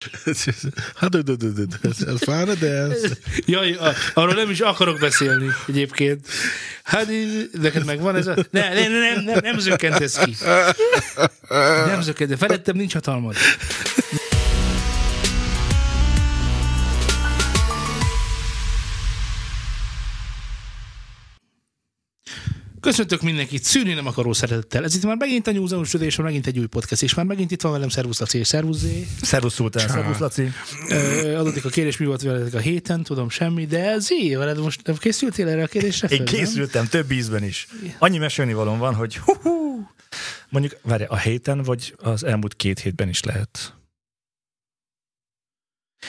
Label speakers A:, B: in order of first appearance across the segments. A: Hát, de, de, de, de, de, ez fára, de ez...
B: Jaj, a, arról nem is akarok beszélni egyébként. Hát így, neked megvan ez a... Ne, ne, ne, nem, nem, nem zökkent ez ki. Nem zökkent, de felettem nincs hatalmad. Köszöntök mindenkit szűrni nem akaró szeretettel. Ez itt már megint a Nyúzeum és már megint egy új podcast, és már megint itt van velem Szervusz Laci és Szervusz Zé.
C: Szervusz Sultán. Szervusz Laci.
B: Ö, Adottik a kérdés, mi volt veletek a héten, tudom semmi, de Zé, veled most nem készültél erre a kérdésre?
C: Én
B: föl, nem?
C: készültem több ízben is. Annyi mesélni valom van, hogy hú-hú. Mondjuk, várj, a héten vagy az elmúlt két hétben is lehet.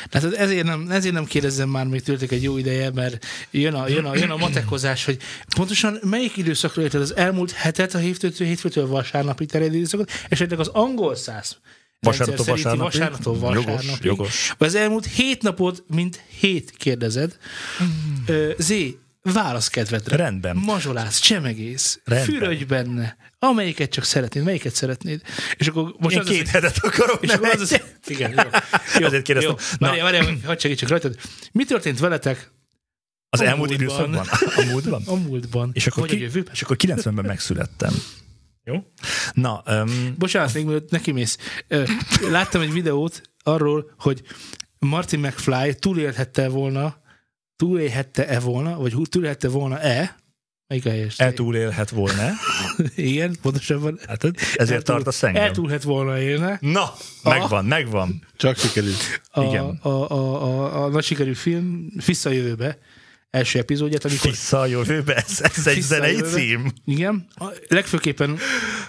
B: Tehát hát ezért nem, ezért nem kérdezzem már még tőletek egy jó ideje, mert jön a, jön a, jön a matekozás, hogy pontosan melyik időszakra érted az elmúlt hetet, a hétfőtől, hétfőtől vasárnapi terjedő időszakot, esetleg az angol száz
C: Vasárnaptól
B: rendszer szerinti
C: vasárnapig?
B: vasárnaptól
C: Jogos,
B: vasárnapig.
C: jogos.
B: Vagy az elmúlt hét napot, mint hét kérdezed. Ö, Zé, válasz kedvedre.
C: Rendben.
B: Mazsolász, csemegész,
C: Rendben.
B: fürödj benne, amelyiket csak szeretnéd, melyiket szeretnéd. És akkor most
C: Én
B: az az-
C: két hetet akarok.
B: és
C: nem
B: akkor az az...
C: egyet.
B: Igen, jó. jó
C: Azért kérdeztem. Na.
B: Várjál, várjál, hadd segítsek rajtad. Mi történt veletek
C: Az
B: a
C: elmúlt
B: múltban.
C: időszakban? A múltban?
B: a múltban?
C: És akkor,
B: Vagy a
C: ki,
B: jövőben?
C: és akkor 90-ben megszülettem. Jó? Na, um,
B: Bocsánat, még mielőtt nekimész. Ö, Láttam egy videót arról, hogy Martin McFly túlélhette volna, túlélhette-e volna, vagy hú- túlélhette volna-e, melyik a helyes?
C: eltúlélhet volna.
B: Igen, pontosabban.
C: Hát ezért
B: Eltúl-
C: tartasz engem.
B: Eltúlhet volna élne.
C: Na, megvan, megvan.
A: Csak sikerült.
B: A,
C: Igen.
B: A, a, a, a nagy sikerű film Visszajövőbe első epizódját, amikor
C: Vissza a jövőbe, ez, ez egy
B: Vissza a
C: zenei
B: jövőbe.
C: cím.
B: Igen. A, legfőképpen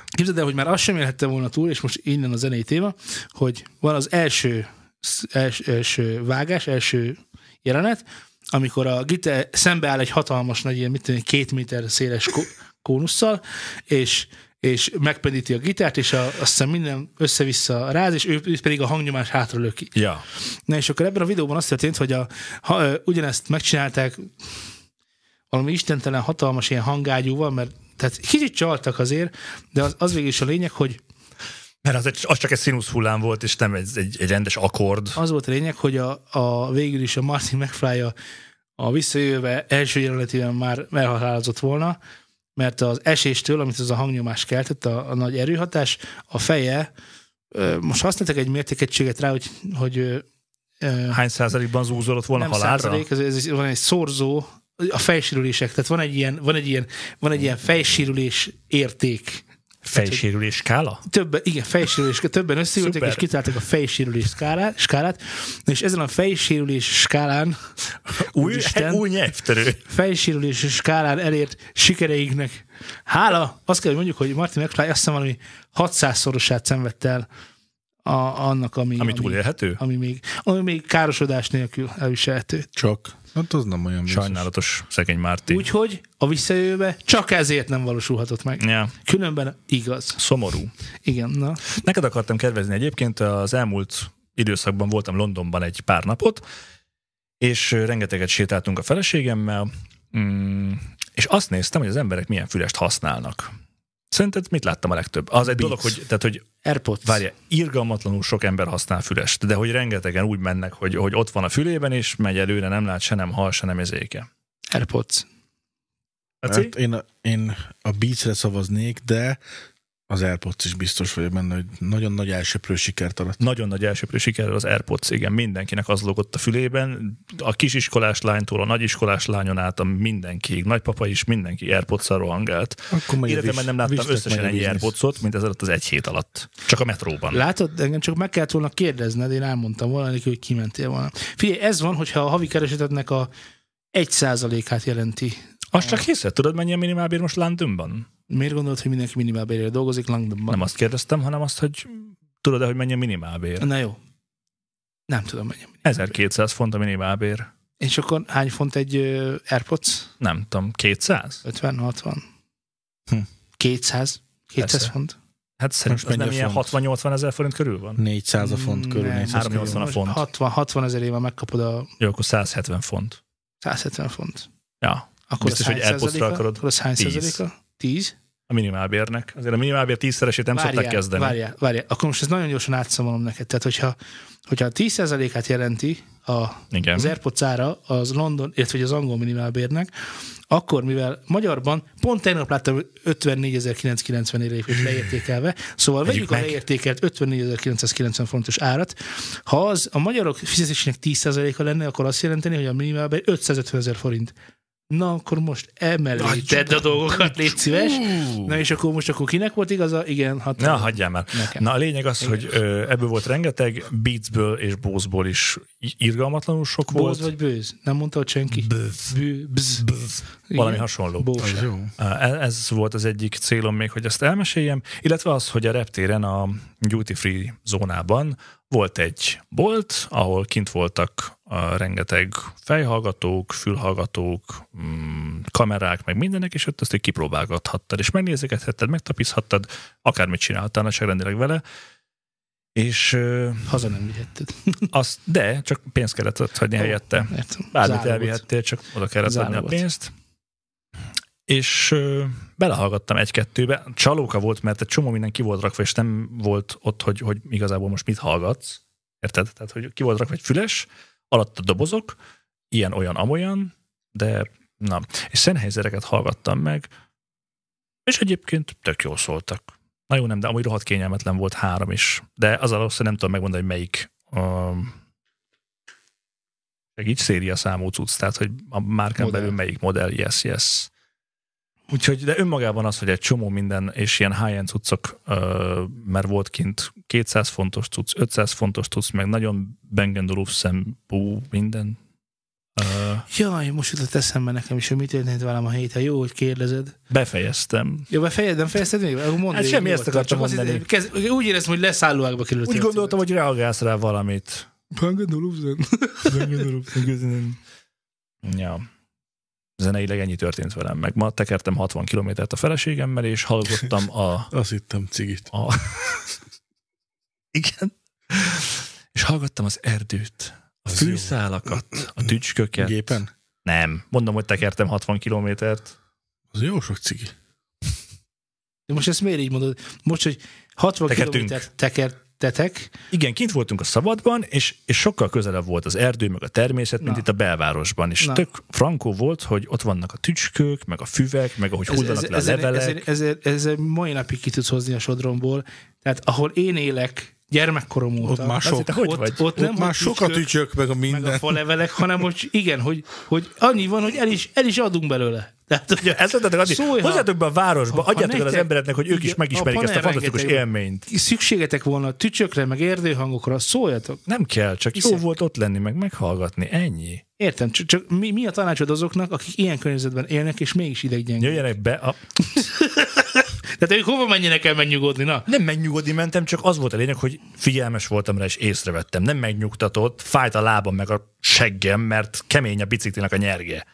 B: képzeld el, hogy már azt sem élhettem volna túl, és most innen a zenei téma, hogy van az első, sz- els, első vágás, első jelenet, amikor a gitár szembeáll egy hatalmas nagy, ilyen, mit tudom, én, két méter széles kó- kónusszal, és és megpendíti a gitárt, és a, azt hiszem minden össze-vissza ráz, és ő, ő pedig a hangnyomás hátra löki.
C: Ja.
B: Na és akkor ebben a videóban az történt, hogy a, ha, ö, ugyanezt megcsinálták valami istentelen hatalmas ilyen hangágyúval, mert tehát kicsit csaltak azért, de az, az végül is a lényeg, hogy
C: Mert az, egy, az csak egy színusz hullám volt, és nem egy, egy, egy rendes akkord.
B: az volt a lényeg, hogy a, a végül is a Martin McFly a, a visszajövőbe első jelenetében már elhalálozott volna, mert az eséstől, amit az a hangnyomás keltett, a, a nagy erőhatás, a feje, ö, most használtak egy mértékegységet rá, hogy, hogy ö, ö,
C: Hány százalékban zúzolott volna
B: nem
C: halálra?
B: százalék, ez, ez, van egy szorzó, a fejsérülések, tehát van egy ilyen, van egy ilyen, van egy ilyen fejsérülés érték.
C: Fejsérülés skála?
B: Többen, igen, fejsérülés, többen összeültek,
C: Szuper.
B: és kitaláltak a fejsérülés skálát, skálát, és ezen a fejsérülés skálán,
C: Új,
B: Úristen.
C: új nyelvterő.
B: fejsérülés skálán elért sikereiknek. Hála! Azt kell, hogy mondjuk, hogy Martin McFly azt hiszem valami 600-szorosát szenvedte el a, annak, ami,
C: Ami
B: ami,
C: túlélhető?
B: ami, még, ami még károsodás nélkül elviselhető.
A: Csak. Hát az nem olyan vicces.
C: Sajnálatos szegény Márti. Úgy.
B: Úgyhogy a visszajövőbe csak ezért nem valósulhatott meg.
C: Ja.
B: Különben igaz.
C: Szomorú.
B: Igen, na.
C: Neked akartam kedvezni egyébként, az elmúlt időszakban voltam Londonban egy pár napot, és ö, rengeteget sétáltunk a feleségemmel, mm, és azt néztem, hogy az emberek milyen fülest használnak. Szerinted mit láttam a legtöbb? Az egy dolog, hogy, tehát, hogy
B: Airpods.
C: Várja, irgalmatlanul sok ember használ fülest, de hogy rengetegen úgy mennek, hogy, hogy ott van a fülében, és megy előre, nem lát se nem hal, se nem ezéke.
B: Airpods.
C: Laci?
A: Hát én, a, én a Beats-re szavaznék, de az Airpods is biztos vagyok benne, hogy nagyon nagy elsőprő sikert arat.
C: Nagyon nagy elsőprő sikerrel az Airpods, igen, mindenkinek az logott a fülében, a kisiskolás lánytól a nagyiskolás lányon át a mindenkiig, nagypapa is mindenki airpods rohangált.
A: Akkor majd a
C: Életemben
A: vis-
C: nem láttam
A: vistek
C: összesen
A: meg a
C: ennyi
A: biznisz.
C: Airpods-ot, mint ez alatt az egy hét alatt. Csak a metróban.
B: Látod, engem csak meg kellett volna kérdezned, én elmondtam volna neki, hogy kimentél volna. Figyelj, ez van, hogyha a havi keresetednek a 1%-át jelenti.
C: Azt csak hiszed, tudod mennyi a minimálbér most Londonban?
B: Miért gondolod, hogy mindenki minimálbérre dolgozik Londonban?
C: Nem azt kérdeztem, hanem azt, hogy tudod-e, hogy mennyi a minimálbér?
B: Na jó. Nem tudom, mennyi.
C: 1200 font a minimálbér.
B: És akkor hány font egy ö, Airpods?
C: nem tudom, 200?
B: 50-60?
A: Hm.
B: 200? 200
C: Persze.
B: font?
C: Hát szerintem az
A: mennyi
C: nem
A: a
C: ilyen
A: font?
C: 60-80 ezer forint körül van?
A: 400 a font körül.
B: Mm, Nem,
A: 400 körül.
C: 380 a font.
B: 60, 60 ezer éve megkapod a
C: Jó, akkor 170 font.
B: 170 font.
C: Ja.
B: Akkor
C: Biztos,
B: az
C: hogy
B: hány
C: Airpods-ra
B: százaléka?
C: akarod?
B: Akkor az hány
C: Tíz.
B: százaléka? 10?
C: a minimálbérnek. Azért a minimálbér tízszeresét nem szokták kezdeni.
B: Várjál, várjál. Akkor most ezt nagyon gyorsan átszámolom neked. Tehát, hogyha, hogyha a 10%-át jelenti a,
C: Igen.
B: az AirPods ára az London, illetve hogy az angol minimálbérnek, akkor mivel magyarban pont tegnap láttam 54.990 érépét leértékelve, szóval
C: Vegyük
B: vegyük a
C: meg.
B: leértékelt 54.990 forintos árat, ha az a magyarok fizetésének 10%-a lenne, akkor azt jelenteni, hogy a minimálbér 550 ezer forint. Na, akkor most emelj, tedd a dolgokat, légy szíves.
C: Ú,
B: Na és akkor most akkor kinek volt igaza? Igen, hát
C: Na, hagyjál már.
B: nekem.
C: Na, a lényeg az, hogy ö, ebből volt rengeteg, Beatsből és Bose-ból is i- irgalmatlanul sok
B: Bóz
C: volt.
B: vagy bőz? Nem mondta ott senki?
C: Bőz.
B: Bű, bz.
C: Bőz. Valami hasonló.
B: Bóz.
A: Az jó.
C: Á, e- Ez volt az egyik célom még, hogy ezt elmeséljem, illetve az, hogy a reptéren a duty free zónában volt egy bolt, ahol kint voltak a rengeteg fejhallgatók, fülhallgatók, mm, kamerák, meg mindenek, és ott ezt így kipróbálgathattad, és megnézegethetted, megtapizhattad, akármit csinálhattál nagyságrendileg vele, és ö,
B: Haza nem vihetted.
C: azt, de csak pénzt kellett ott hagyni helyette.
B: Értem.
C: Bármit
B: Zálogot.
C: elvihettél, csak oda kellett adni a
B: Zálogot.
C: pénzt. És ö, belehallgattam egy-kettőbe. Csalóka volt, mert egy csomó minden ki volt rakva, és nem volt ott, hogy, hogy igazából most mit hallgatsz. Érted? Tehát, hogy ki volt rakva egy füles, alatt a dobozok, ilyen-olyan, amolyan, de na. És Sennheisereket hallgattam meg, és egyébként tök jól szóltak. Na jó, nem, de amúgy rohadt kényelmetlen volt három is. De az alatt nem tudom megmondani, hogy melyik um, meg így széria számú cucc, tehát hogy a márkán
B: Modell.
C: belül melyik modell, yes, yes. Úgyhogy, de önmagában az, hogy egy csomó minden, és ilyen high-end cuccok, ö, mert volt kint 200 fontos cucc, 500 fontos cucc, meg nagyon Bang Olufsen, bú, minden. Ö,
B: Jaj, most jutott eszembe nekem is, hogy mit történt velem a héten. Jó, hogy kérdezed.
C: befejeztem.
B: Jó, befejezed, nem fejezted még? Akkor mondd
C: Hát
B: végig,
C: semmi,
B: jó,
C: ezt akartam
B: csak azt
C: mondani.
B: hittem, Kezd, úgy éreztem, hogy leszállóákba került.
C: Úgy gondoltam, hogy reagálsz rá valamit. Ja. Zeneileg ennyi történt velem meg. Ma tekertem 60 kilométert a feleségemmel, és hallgattam a
A: Azt hittem cigit.
C: A... Igen. És hallgattam az erdőt, a
A: Az
C: fűszálakat, a tücsköket.
A: Gépen?
C: Nem. Mondom, hogy tekertem 60 kilométert.
A: Az jó sok cigi.
B: De most ezt miért így mondod? Most, hogy 60
C: Tekertünk.
B: kilométert tekertetek,
C: Igen, kint voltunk a szabadban, és, és sokkal közelebb volt az erdő, meg a természet, mint
B: Na.
C: itt a belvárosban. És
B: Na.
C: tök frankó volt, hogy ott vannak a tücskök, meg a füvek, meg ahogy hullanak le a levelek.
B: Ez, ez, ez, ez, ez mai napig ki tudsz hozni a sodromból. Tehát ahol én élek, gyermekkorom óta,
A: már
B: ott,
A: sok.
C: Laci, te hogy
B: ott,
C: vagy?
B: ott, ott nem
A: Ott már sokat
B: ügy,
A: ücsök meg a
B: meg a
A: minden.
B: falevelek, hanem hogy igen, hogy, hogy annyi van, hogy el is, el is adunk belőle. Tehát, hogy
C: Ja, ezt mondtátok, Andi,
B: Szólj, ha-
C: Hát hozzátok be a városba,
B: ha- ha
C: adjátok el az
B: nektek-
C: embereknek, hogy ők
B: Igen,
C: is megismerik
B: a
C: ezt a
B: panel
C: fantasztikus
B: rengeteg-
C: élményt.
B: szükségetek volna a tücsökre, meg erdőhangokra, szóljatok.
C: Nem kell, csak jó
B: Hiszek.
C: volt ott lenni, meg meghallgatni, ennyi.
B: Értem, csak, csak mi, mi a tanácsod azoknak, akik ilyen környezetben élnek, és mégis ideggyengék?
C: Jöjjenek be. A...
B: Tehát ők hova menjenek el megnyugodni, na?
C: Nem megnyugodni mentem, csak az volt a lényeg, hogy figyelmes voltam rá, és észrevettem. Nem megnyugtatott, fájt a lábam meg a seggem, mert kemény a biciklinek a nyerge.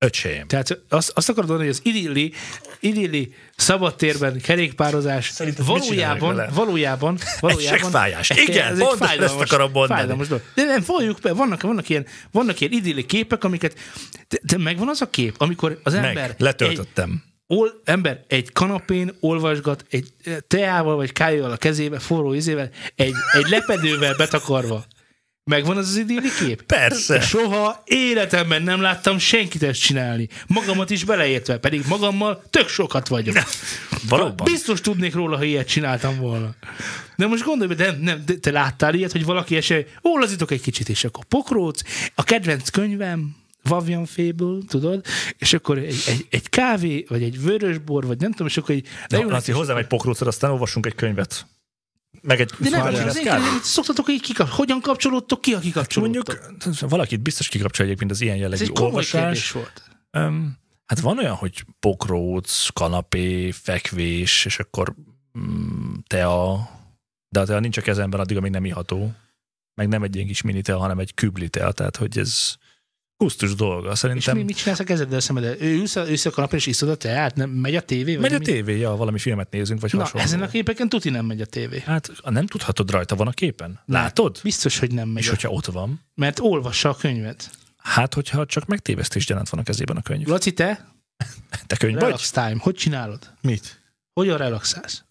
C: Öcsém.
B: Tehát azt, azt akarod mondani, hogy az idilli, idilli szabadtérben kerékpározás
C: Szerinted mit csinálnak
B: valójában,
C: vele?
B: valójában, valójában,
C: seggfájás.
B: Ez-
C: Igen,
B: ez egy
C: pont ezt
B: fájdalmas-
C: akarom mondani.
B: fájdalmas dolog. De nem, valljuk be, vannak, vannak, ilyen, vannak ilyen idilli képek, amiket, de, de megvan az a kép, amikor az ember
C: Meg, letöltöttem.
B: ol, ember egy kanapén olvasgat egy teával vagy kájával a kezébe, forró izével, egy, egy lepedővel betakarva. Megvan az az idilli kép?
C: Persze.
B: Soha életemben nem láttam senkit ezt csinálni. Magamat is beleértve, pedig magammal tök sokat vagyok.
C: Valóban.
B: Biztos tudnék róla, ha ilyet csináltam volna. De most gondolj, de nem, nem, de te láttál ilyet, hogy valaki esély, ó, lazítok egy kicsit, és akkor pokróc, a kedvenc könyvem, Vavian Fable, tudod, és akkor egy, egy, egy kávé, vagy egy vörösbor, vagy nem tudom, és akkor egy...
C: De jó,
B: leülnek,
C: Laci,
B: és-
C: hozzám egy pokrócot, aztán olvassunk egy könyvet. Meg egy
B: de nem,
C: Várjál.
B: az én kérdezem, szoktatok így kikap, hogyan kapcsolódtok ki, ha kikapcsolódtok?
C: Mondjuk szóval valakit biztos kikapcsolja egyébként az ilyen
B: Hát ez
C: jellegű
B: egy komoly
C: olvasás.
B: kérdés volt.
C: Um, hát van olyan, hogy pokróc, kanapé, fekvés, és akkor mm, tea, de a tea nincs a kezemben addig, amíg nem iható. Meg nem egy ilyen kis mini tea, hanem egy kübli tea, tehát hogy ez kusztus dolga.
B: És
C: Szerintem
B: mi, mit csinálsz a kezeddel, a szemeddel? Ő ülsz, a- ülsz a kanapén és iszod a teát? Nem, megy a tévé? vagy
C: megy a
B: mi?
C: tévé, ja, valami filmet nézünk, vagy
B: Na,
C: hasonló.
B: ezen a képeken tuti nem megy a tévé.
C: Hát nem tudhatod rajta, van a képen. Látod?
B: Biztos, hogy nem megy.
C: És
B: Hogy...
C: hogyha ott van,
B: Mert olvassa a könyvet.
C: hát hogyha csak megtévesztést jelent van a kezében a könyv.
B: Laci, te?
C: Te könyv vagy?
B: Relax time. Hogy csinálod?
A: Mit?
B: Hogyan relaxálsz?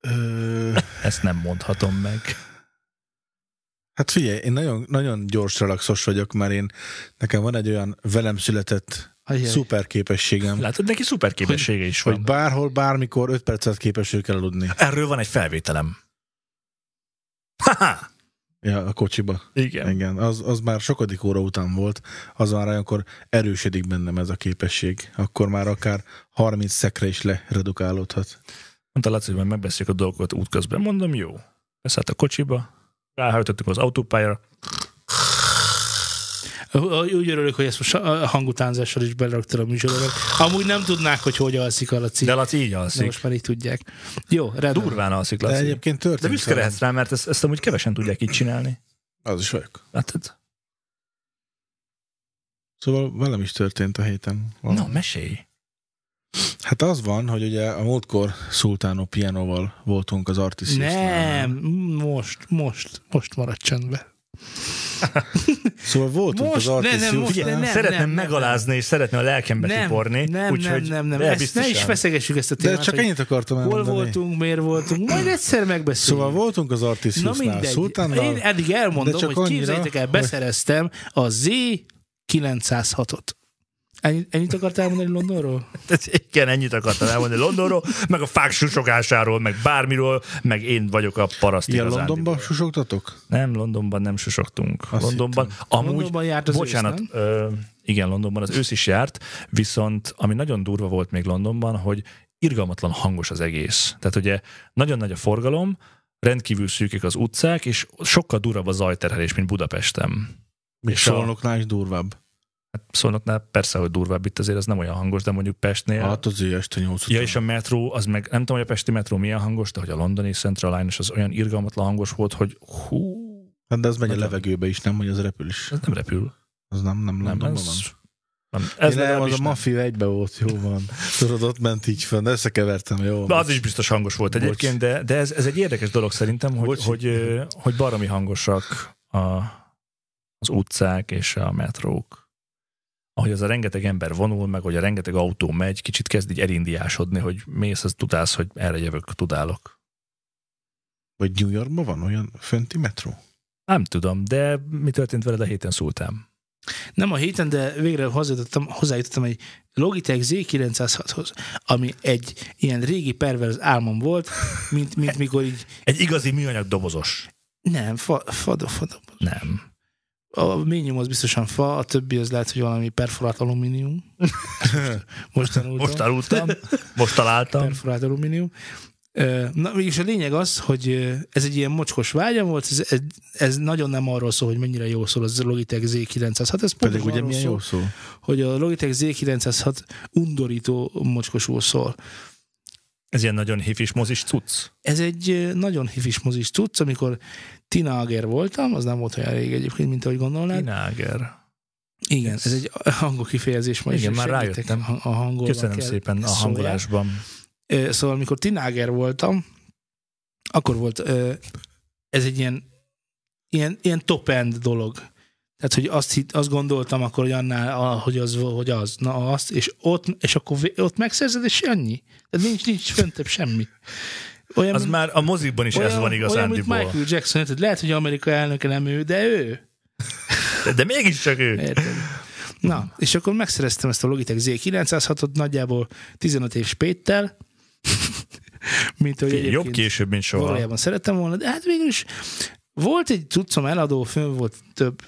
A: Ö,
C: Ezt nem mondhatom meg.
A: hát figyelj, én nagyon, nagyon gyors relaxos vagyok, mert én, nekem van egy olyan velem született
B: Ajjaj.
A: szuper képességem,
C: Látod, neki szuper képessége is
A: hogy
C: van.
A: bárhol, bármikor 5 percet képes ők elaludni
C: Erről van egy felvételem. Ha-ha!
A: ja, a kocsiba.
C: Igen.
A: Igen, az, az már sokadik óra után volt, az már olyankor erősödik bennem ez a képesség. Akkor már akár 30 szekre is leredukálódhat.
C: Mondta Laci, hogy majd megbeszéljük a dolgokat útközben. Mondom, jó. Leszállt a kocsiba, ráhajtottuk az autópályára.
B: Úgy örülök, hogy ezt most a hangutánzással is beleraktad a műsorba. mert Amúgy nem tudnák, hogy hogy alszik a Laci.
C: De
B: De,
C: Laci így
B: de
C: alszik.
B: most már így tudják. Jó, rendben.
C: Durván alszik,
A: De
C: Laci.
A: egyébként
C: De
A: történt.
C: büszke lehetsz rá, mert ezt, ezt amúgy kevesen tudják így csinálni.
A: Az is vagyok.
C: Látod?
A: Szóval velem is történt a héten. valami.
C: Na, mesélj.
A: Hát az van, hogy ugye a múltkor Szultánó Pianoval voltunk az Artisisnál.
B: Nem, Mm, most, most, most marad csendbe.
A: Szóval voltunk
B: Most,
A: az
B: ne, nem,
A: Artisisnál.
B: most, ne, ne.
C: Szeretném
B: nem, nem,
C: megalázni, és szeretném a lelkembe
B: Nem,
C: tiporni.
B: nem, nem,
C: úgyhogy
B: nem, nem.
C: de
B: Ezt ne
C: biztosan.
B: is feszegessük ezt a
A: De
B: témát,
A: csak
B: hogy
A: ennyit akartam
B: hol
A: elmondani.
B: voltunk, miért voltunk, majd egyszer megbeszéljük.
A: Szóval voltunk az Szóval
B: Na
A: Artisisnál.
B: mindegy.
A: Szultánnal.
B: Én eddig elmondom,
A: De csak
B: hogy
A: annyira,
B: képzeljétek el,
A: hogy-
B: beszereztem a Z906-ot. Ennyit, ennyit akartál mondani Londonról?
C: Ez- Igen, ennyit akartam elmondani Londonról, meg a fák susogásáról, meg bármiról, meg én vagyok a paraszt
A: Ilyen
C: igazándiból.
A: Londonba susogtatok?
C: Nem, Londonban nem susogtunk.
A: Azt
C: Londonban, amúgy,
B: Londonban járt az
C: bocsánat,
B: ősz,
C: ö, igen, Londonban az ősz is járt, viszont ami nagyon durva volt még Londonban, hogy irgalmatlan hangos az egész. Tehát ugye nagyon nagy a forgalom, rendkívül szűkek az utcák, és sokkal durvább a zajterhelés, mint Budapesten.
A: Még
C: És a-
A: Solnoknál is durvább.
C: Hát Szolnoknál persze, hogy durvább itt azért, az nem olyan hangos, de mondjuk Pestnél.
A: Hát az ő este nyolc
C: Ja, és a metró, az meg, nem tudom, hogy a pesti metró milyen hangos, de hogy a londoni Central Line-os az olyan irgalmatlan hangos volt, hogy hú,
A: Hát de az megy a
C: Nagyon.
A: levegőbe is, nem, hogy az repül is.
C: ez nem repül.
A: Az nem, nem
C: Nem,
A: Londonban
C: ez,
A: van. Ez
C: nem, ez
A: nem, az
C: legalábbis
A: a mafia egybe volt, jó van. Tudod, ott ment így fönn, összekevertem, jó
C: De
A: van.
C: az is biztos hangos volt
A: Bocs.
C: egyébként, de, de ez, ez egy érdekes dolog szerintem, hogy,
A: Bocs.
C: hogy, ö, hogy baromi hangosak a, az utcák és a metrók. Ahogy az a rengeteg ember vonul, meg hogy a rengeteg autó megy, kicsit kezd így elindiásodni, hogy mész, az tudás, hogy erre jövök, tudálok.
A: Vagy New Yorkban van olyan fönti metró?
C: Nem tudom, de mi történt veled a héten szóltam?
B: Nem a héten, de végre hozzájutottam, hozzájutottam egy Logitech Z906-hoz, ami egy ilyen régi perverz álmom volt, mint, mint mikor így,
C: Egy igazi műanyag dobozos.
B: nem, fa, fado, fado.
C: Nem.
B: A ménium az biztosan fa, a többi az lehet, hogy valami perforált alumínium. Most tanultam.
C: Most aludtam, most találtam.
B: perforált alumínium. Ö, Na, mégis a lényeg az, hogy ö, ez egy ilyen mocskos vágyam volt, ez, ez, ez nagyon nem arról szól, hogy mennyire jó szól az a Logitech Z906, ez
A: Pedig
B: pontosan
A: ugye
B: arról
A: milyen
B: szól,
A: jó szó.
B: hogy a Logitech Z906 undorító mocskosul szól.
C: Ez ilyen nagyon hifis mozis cucc.
B: Ez egy ö, nagyon hifis mozis tudsz, amikor Tina Ager voltam, az nem volt olyan rég egyébként, mint ahogy gondolnád.
C: Ináger.
B: Igen, ez egy angol kifejezés, ma is
C: Igen, már
B: segítek
C: rájöttem.
B: A a Szóval hangolban
C: Köszönöm
B: kell
C: szépen a
B: szólják.
C: hangolásban.
B: Ö, Szóval, amikor tináger voltam, akkor volt ö, ez egy ilyen, ilyen, ilyen top-end dolog. Tehát, hogy azt, hitt, azt gondoltam akkor, hogy annál, a- hogy az, hogy az, na azt, és ott, és akkor vé- ott megszerzed, és annyi. Tehát nincs, nincs föntebb semmi. Olyan,
C: Az már a moziban is ez van
B: olyan, mint
C: igazándiból.
B: Michael Jackson, tehát lehet, hogy Amerika elnöke nem ő, de ő.
C: De, de mégis csak ő.
B: Érted? Na, és akkor megszereztem ezt a Logitech Z906-ot nagyjából 15 év spéttel, mint hogy
C: Fél, jobb
B: egyébként
C: később, mint soha.
B: valójában szerettem volna, de hát végül is volt egy cuccom eladó, fönn volt több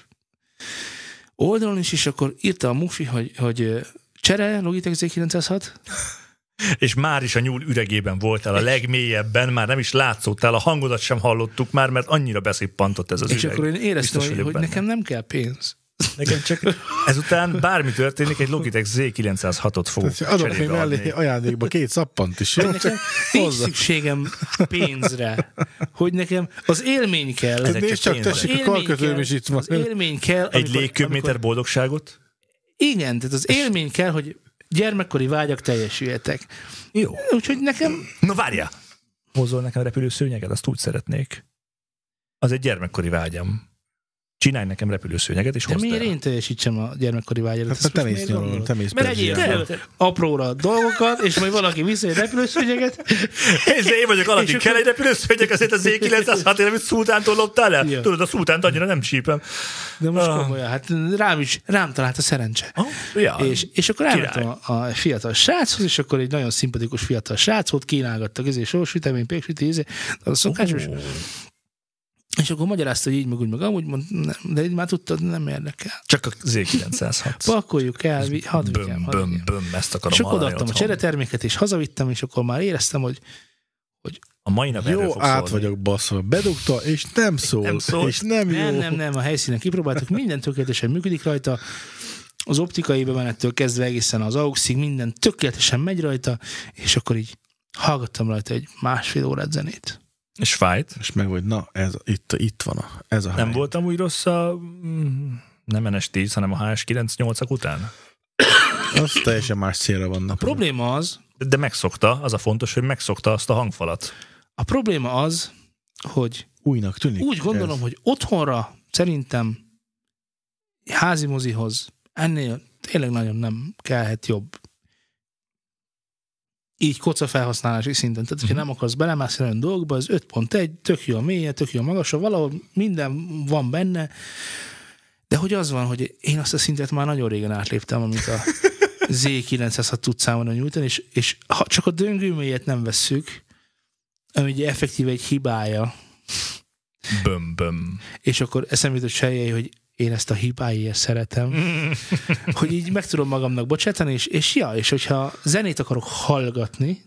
B: oldalon is, és akkor írta a Mufi, hogy, hogy ö, csere Logitech Z906,
C: És már is a nyúl üregében voltál a legmélyebben, már nem is látszottál, a hangodat sem hallottuk már, mert annyira beszippantott ez az
B: és
C: üveg.
B: akkor én éreztem,
C: Biztos
B: hogy,
C: vagyok
B: hogy
C: benne.
B: nekem nem kell pénz.
C: Nekem csak ezután bármi történik, egy Logitech Z906-ot fogok
A: Adok még
C: cserébe
A: mellé
C: adni.
A: ajándékba két szappant is, jó? Csak
B: Nekem nincs
A: hozzá.
B: szükségem pénzre, hogy nekem az élmény kell.
C: Ezek
A: Nézd csak,
C: csak pénz.
A: tessék, a
B: élmény
A: karkötőm
B: kell,
A: is itt van.
B: Az élmény kell.
C: Egy légköbméter boldogságot?
B: Igen, tehát az élmény kell, hogy gyermekkori vágyak teljesüljetek.
C: Jó.
B: Úgyhogy nekem
C: Na várjál! Hozol nekem repülőszőnyeget, azt úgy szeretnék. Az egy gyermekkori vágyam. csinálj nekem repülőszőnyeget, és
B: De
C: hozd
B: miért
C: el.
B: én teljesítsem a gyermekkori vágyadat?
A: Hát,
B: Ezt
A: te
B: most
A: mész
B: miért
A: nyolon,
B: gondolod?
A: te mész
B: Mert
A: Perzsiába.
B: egyél fel apróra dolgokat, és majd valaki viszi egy repülőszőnyeget.
C: Nézd, én vagyok Aladdin,
B: És
C: kell
B: akkor-
C: egy repülőszőnyeg, azért az Z906, amit szultántól loptál el?
B: Ja.
C: Tudod, a szultánt annyira nem csípem.
B: De most
C: Ah.
B: komolyan, hát rám is, rám talált a szerencse.
C: Ja,
B: És, és akkor
C: Király.
B: elmentem a, a fiatal sráchoz, és akkor egy nagyon szimpatikus fiatal srác volt, kínálgatta közé, sós vitamin, péksüti, íze, az a szokásos.
C: Ó.
B: És akkor magyarázta, hogy így meg úgy meg amúgy, mond, nem, de így már tudtad, nem érdekel.
C: Csak a Z906.
B: Pakoljuk el, vi- hadd vigyem,
C: Böm,
B: hadd
C: böm,
B: vigyem.
C: böm, ezt akarom
B: És akkor
C: hallani
B: odaadtam a
C: otthon.
B: csereterméket, és hazavittem, és akkor már éreztem, hogy
C: A mai nap erről
A: Jó,
C: fog
A: át
C: szólni.
A: vagyok baszva. Bedugta, és nem szól.
C: nem szól.
A: És nem jó.
B: nem, nem, nem, a helyszínen kipróbáltuk, minden tökéletesen működik rajta, az optikai bemenettől kezdve egészen az auxig, minden tökéletesen megy rajta, és akkor így hallgattam rajta egy másfél órát zenét.
C: És fájt.
A: És meg vagy, na, ez, itt, itt van a, ez a
C: Nem
A: hely.
C: voltam úgy rossz a mm, nem NS10, hanem a HS98-ak után.
A: Az teljesen más célra vannak.
B: A probléma az,
C: De megszokta, az a fontos, hogy megszokta azt a hangfalat.
B: a probléma az, hogy
A: Újnak tűnik.
B: úgy gondolom, hogy otthonra szerintem házi mozihoz ennél tényleg nagyon nem kellhet jobb így koca felhasználási szinten. Tehát, hogyha nem akarsz belemászni olyan dolgokba, az 5.1, tök jó a mélye, tök jó a magasa, valahol minden van benne, de hogy az van, hogy én azt a szintet már nagyon régen átléptem, amit a Z906 tud számon nyújtani, és, és ha csak a döngő mélyet nem vesszük, ami ugye effektíve egy hibája
C: Böm, böm.
B: és akkor eszembe jutott sejjei, hogy én ezt a hibáiért szeretem,
C: Mm.
B: hogy így meg tudom magamnak bocsátani, és, és ja, és hogyha zenét akarok hallgatni,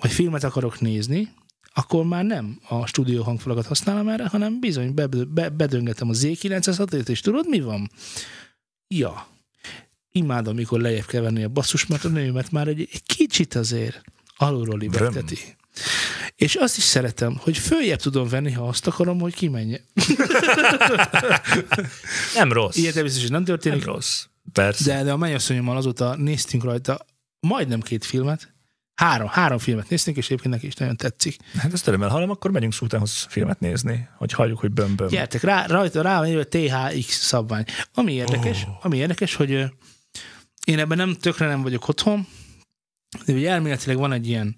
B: vagy filmet akarok nézni, akkor már nem a stúdió hangfalakat használom erre, hanem bizony be, be, bedöngetem a Z906-ot, és tudod mi van? Ja. Imádom, mikor lejjebb kell venni a basszus, mert a nőmet már egy, egy kicsit azért alulról libegteti. És azt is szeretem, hogy följebb tudom venni, ha azt akarom, hogy kimenjen.
C: Nem rossz.
B: Ilyet természetesen nem
C: nem
B: történik,
C: rossz. Persze.
B: de, de a mennyasszonyommal azóta néztünk rajta majdnem két filmet, három, három filmet néztünk, és egyébként neki is nagyon tetszik.
C: Hát ezt örömmel hallom, akkor megyünk szultánhoz filmet nézni, hogy halljuk, hogy böm, böm.
B: Gyertek, rá, rajta rá van írva a THX szabvány. Ami érdekes, oh. ami érdekes, hogy ö, én ebben nem tökre nem vagyok otthon, de ugye elméletileg van egy ilyen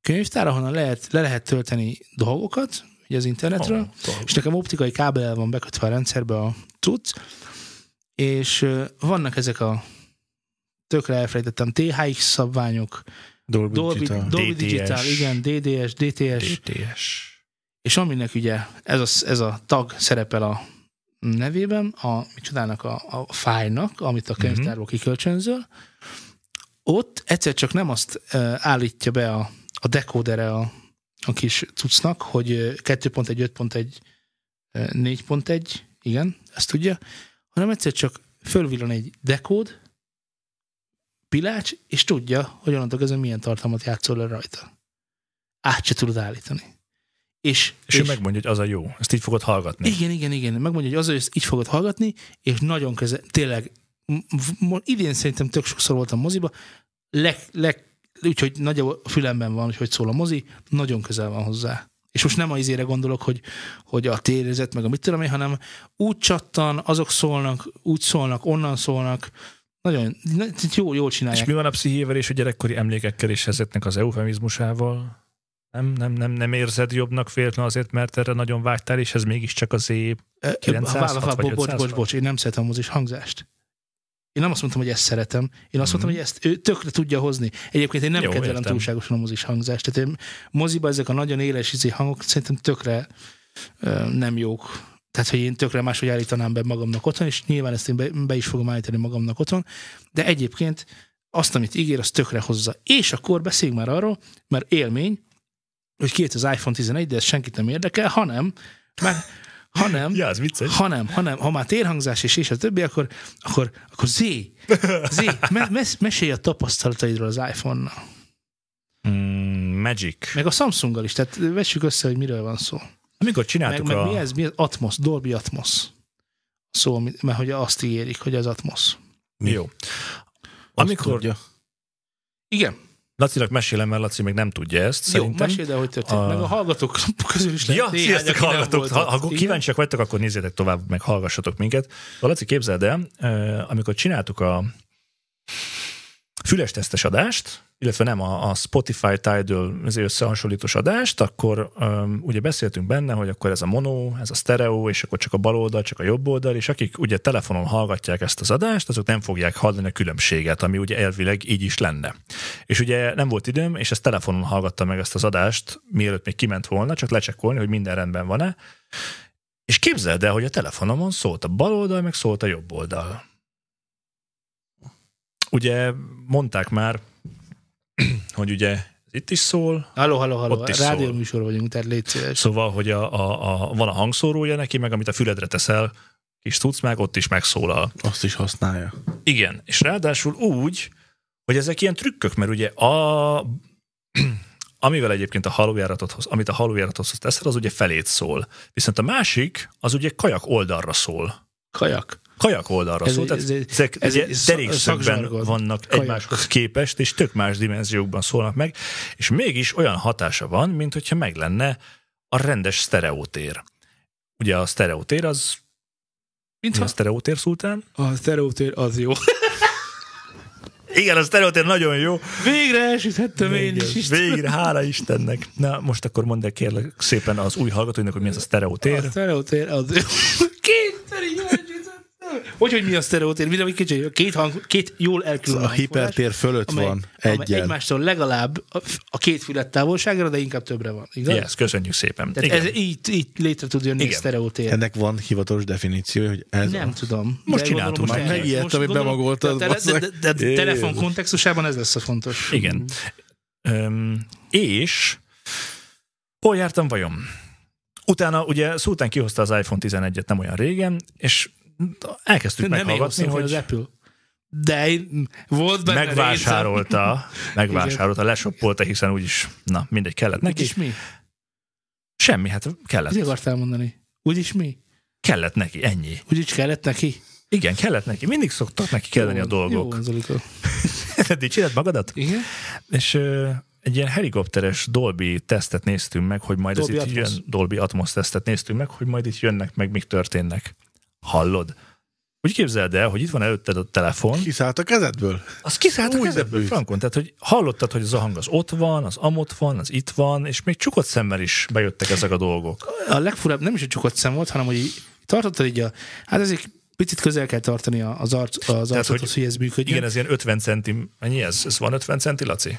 B: könyvtár, ahonnan lehet, le lehet tölteni dolgokat, ugye az internetről,
C: Oh, dolgok.
B: és nekem optikai kábel van bekötve a rendszerbe a cucc, és ö, vannak ezek a tökre elfelejtettem, THX szabványok,
A: Dolby,
B: Dolby,
A: Digital.
B: Dolby
C: DTS.
B: Digital, igen, DDS, DTS,
C: DTS.
B: és aminek ugye ez a, ez a tag szerepel a nevében, a micsodának a, a fájnak, amit a könyvtárból kikölcsönzöl, ott egyszer csak nem azt ö, állítja be a, a dekódere a, a kis cuccnak, hogy ö, 2.1, 5.1, ö, 4.1, igen, ezt tudja, hanem egyszer csak fölvillan egy dekód, pilács, és tudja, hogy onnantól kezdve milyen tartalmat játszol le rajta. Át se tudod állítani. És,
C: És, ő megmondja, hogy az a jó. Ezt így fogod hallgatni.
B: igen, igen, igen. Megmondja, hogy az, hogy ezt így fogod hallgatni, és nagyon közel, tényleg, m- v- mo- idén szerintem tök sokszor voltam moziba, leg, leg, úgyhogy nagyjából a fülemben van, hogy hogy szól a mozi, nagyon közel van hozzá. És most nem a izére gondolok, hogy, hogy a térézet, meg a mit tudom én, hanem úgy csattan, azok szólnak, úgy szólnak, onnan szólnak, nagyon na- jó, jól
C: És
B: csinálják.
C: mi van a pszichével és a gyerekkori emlékekkel és ezeknek az eufemizmusával? Nem, nem, nem, nem érzed jobbnak féltlen azért, mert erre nagyon vágytál, és ez mégiscsak az é...
B: Ö,
C: 906
B: vá- vá-
C: vagy
B: bo- Bocs,
C: 506?
B: bocs, bocs, én nem szeretem a mozis hangzást. Én nem azt mondtam, hogy ezt szeretem. Én azt mondtam, hogy ezt ő tökre tudja hozni. Egyébként én nem
C: Mhm. Jó,
B: Jó, kedvelem
C: értem.
B: értem. túlságosan a mozis hangzást. Tehát én moziba ezek a nagyon éles izé hangok szerintem tökre ö, nem jók. Tehát, hogy én tökre máshogy állítanám be magamnak otthon, és nyilván ezt én be, be is fogom állítani magamnak otthon, de egyébként azt, amit ígér, az tökre hozza. És akkor beszéljünk már arról, mert élmény, hogy kijött az iPhone 11, de ez senkit nem érdekel, hanem, már, hanem,
C: Ja, ez vicces.
B: ha nem, ha nem, ha már térhangzás és, és a többi, akkor, akkor, akkor Z, Z, me, mes, mesélj a tapasztalataidról az iPhone-nal.
C: Mm, magic.
B: Meg a Samsunggal is, tehát vessük össze, hogy miről van szó.
C: Amikor
B: Meg,
C: csináltuk
B: meg
C: a...
B: mi ez? Mi az Atmos, Dolby Atmos. Szó, ami- mert hogy azt ígérik, hogy az Atmos.
C: Jó.
A: Azt
C: Amikor...
A: tudja.
B: Igen.
C: Lacinak mesélem, mert Laci még nem tudja ezt.
B: Jó,
C: Szerintem.
B: meséld el, hogy történt.
C: A-
B: Meg a hallgatók közül is lehet
C: Ja,
B: néhány,
C: sziasztok,
B: aki nem
C: hallgatók!
B: volt
C: Ha,
B: ott.
C: ha
B: Igen.
C: kíváncsiak vagytok, akkor nézzétek tovább, meg hallgassatok minket. A Laci, képzeld el, eh, amikor csináltuk a füles tesztes adást, illetve nem a, a Spotify Tidal az összehasonlítós adást, akkor um, ugye beszéltünk benne, hogy akkor ez a mono, ez a stereo, és akkor csak a bal oldal, csak a jobb oldal, és akik ugye telefonon hallgatják ezt az adást, azok nem fogják hallani a különbséget, ami ugye elvileg így is lenne. És ugye nem volt időm, és ezt telefonon hallgattam meg ezt az adást, mielőtt még kiment volna, csak lecsekkolni, hogy minden rendben van-e. És képzeld el, hogy a telefonomon szólt a bal oldal, meg szólt a jobb oldal. Ugye mondták már, hogy ugye itt is szól,
B: Halló, halló, halló.
C: Ott is
B: Rádió
C: szól.
B: műsor vagyunk, tehát légy szíves.
C: Szóval, hogy a, a, a, van a hangszórója neki, meg amit a füledre teszel, kis tudsz meg, ott is megszólal.
A: Azt is használja.
C: Igen, és ráadásul úgy, hogy ezek ilyen trükkök, mert ugye a, amivel egyébként a halójáratodhoz, amit a halójáratodhoz teszel, az ugye felét szól. Viszont a másik, az ugye kajak oldalra szól.
B: Kajak.
C: Kajak oldalra
B: Ez
C: szól,
B: egy-
C: tehát
B: ez egy-
C: ezek
B: ez
C: ez
B: egy szak- szakzsargon.
C: derékszögben vannak
B: Kajak.
C: egymáshoz képest, és tök más dimenziókban szólnak meg, és mégis olyan hatása van, mint hogyha meg lenne a rendes sztereótér. Ugye a sztereótér az, mi a
B: Mintha
C: sztereótér szultán?
B: a sztereotér az jó.
C: Igen, a sztereótér nagyon jó,
B: Végre elsüthettem én is. Isten.
C: Végre, hála Istennek. Na, most akkor mondd el kérlek szépen az új hallgatóinak, hogy mi ez a sztereotér.
B: A sztereotér az jó. Kétszer így elsütöttem. Hogy, hogy mi a sztereotér? Mire egy kicsit, két, hang, két jól elkülönült
A: A
B: hangforrás,
A: hipertér fölött
B: amely-
A: van
B: amely
A: egyen.
B: Egymástól legalább a, a két fület távolságra, de inkább többre van, igaz?
C: Yes, köszönjük szépen.
B: Tehát
C: Igen.
B: ez így, így létre tud jönni a
C: Igen.
B: sztereotér.
A: Ennek van hivatalos definíciója, hogy ez
B: Nem
A: a...
B: tudom.
C: Most
B: De
C: csináltunk
B: gondolom,
C: már.
B: most
A: Megijedtem,
B: most
A: hogy
B: gondolom,
A: bemagoltad,
B: De, de, de, de, de
A: basszeg.
B: telefon kontextusában ez lesz a fontos.
C: Igen. Öm, és hol jártam vajon? Utána ugye Szultán kihozta az iPhone 11-et nem olyan régen, és elkezdtük
B: Nem én
C: meghallgatni,
B: hoztam hogy az
C: hogy
B: Apple. De én, volt benne
C: megvásárolta, megvásárolta, lesoppolta, hiszen úgyis, na mindegy, kellett
B: Neki.
C: neki.
B: Úgyis mi?
C: Semmi, hát kellett.
B: Mit akartál mondani? Úgyis mi?
C: Kellett neki, ennyi.
B: Úgyis kellett neki?
C: Igen, kellett neki. Mindig szoktak neki kelleni a
B: Jó, Jó,
C: dolgok.
B: van, Zolika.
C: Dicséred magadat?
B: Igen?
C: És ö, egy ilyen helikopteres Dolby tesztet néztünk meg, hogy majd
B: Dolby
C: ez itt
B: Atmos.
C: jön, Dolby Atmos tesztet néztünk meg, hogy majd itt jönnek, meg mik történnek. Hallod? Úgy képzeld el, hogy itt van előtted a telefon,
A: Kiszállt a kezedből?
C: az kiszállt a
A: Úgy
C: kezedből,
A: bűt.
C: Frankon. Tehát, hogy hallottad, hogy az a hang az ott van, az amott van, az itt van, és még csukott szemmel is bejöttek ezek a dolgok.
B: A legfurább nem is a csukott szem volt, hanem hogy így tartottad így a... Hát ezért picit közel kell tartani a- az, arc, az arcodhoz, hogy,
C: hogy-
B: ez működjön.
C: Igen, ez ilyen 50 centi, mennyi ez? Ez van 50 centi, Laci?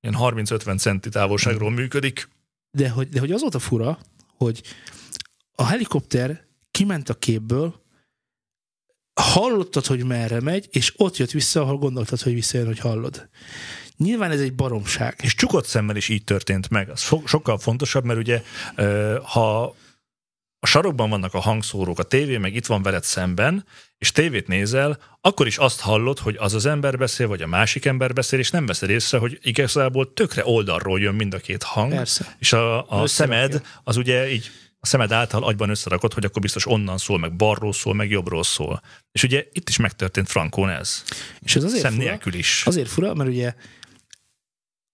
C: Ilyen 30-50 centi távolságról működik.
B: De hogy, de hogy az volt a fura, hogy a helikopter kiment a képből, hallottad, hogy merre megy, és ott jött vissza, ahol gondoltad, hogy visszajön, hogy hallod. Nyilván ez egy baromság.
C: És csukott szemmel is így történt meg. Az so- sokkal fontosabb, mert ugye ö, ha a sarokban vannak a hangszórók, a tévé meg itt van veled szemben, és tévét nézel, akkor is azt hallod, hogy az az ember beszél, vagy a másik ember beszél, és nem veszed észre, hogy igazából tökre oldalról jön mind a két hang,
B: Persze.
C: és a, a
B: Összerakja.
C: szemed az ugye így a szemed által agyban összerakod, hogy akkor biztos onnan szól, meg balról szól, meg jobbról szól. És ugye itt is megtörtént Frankon ez.
B: És ez azért
C: Szem
B: fura,
C: nélkül is.
B: azért fura, mert ugye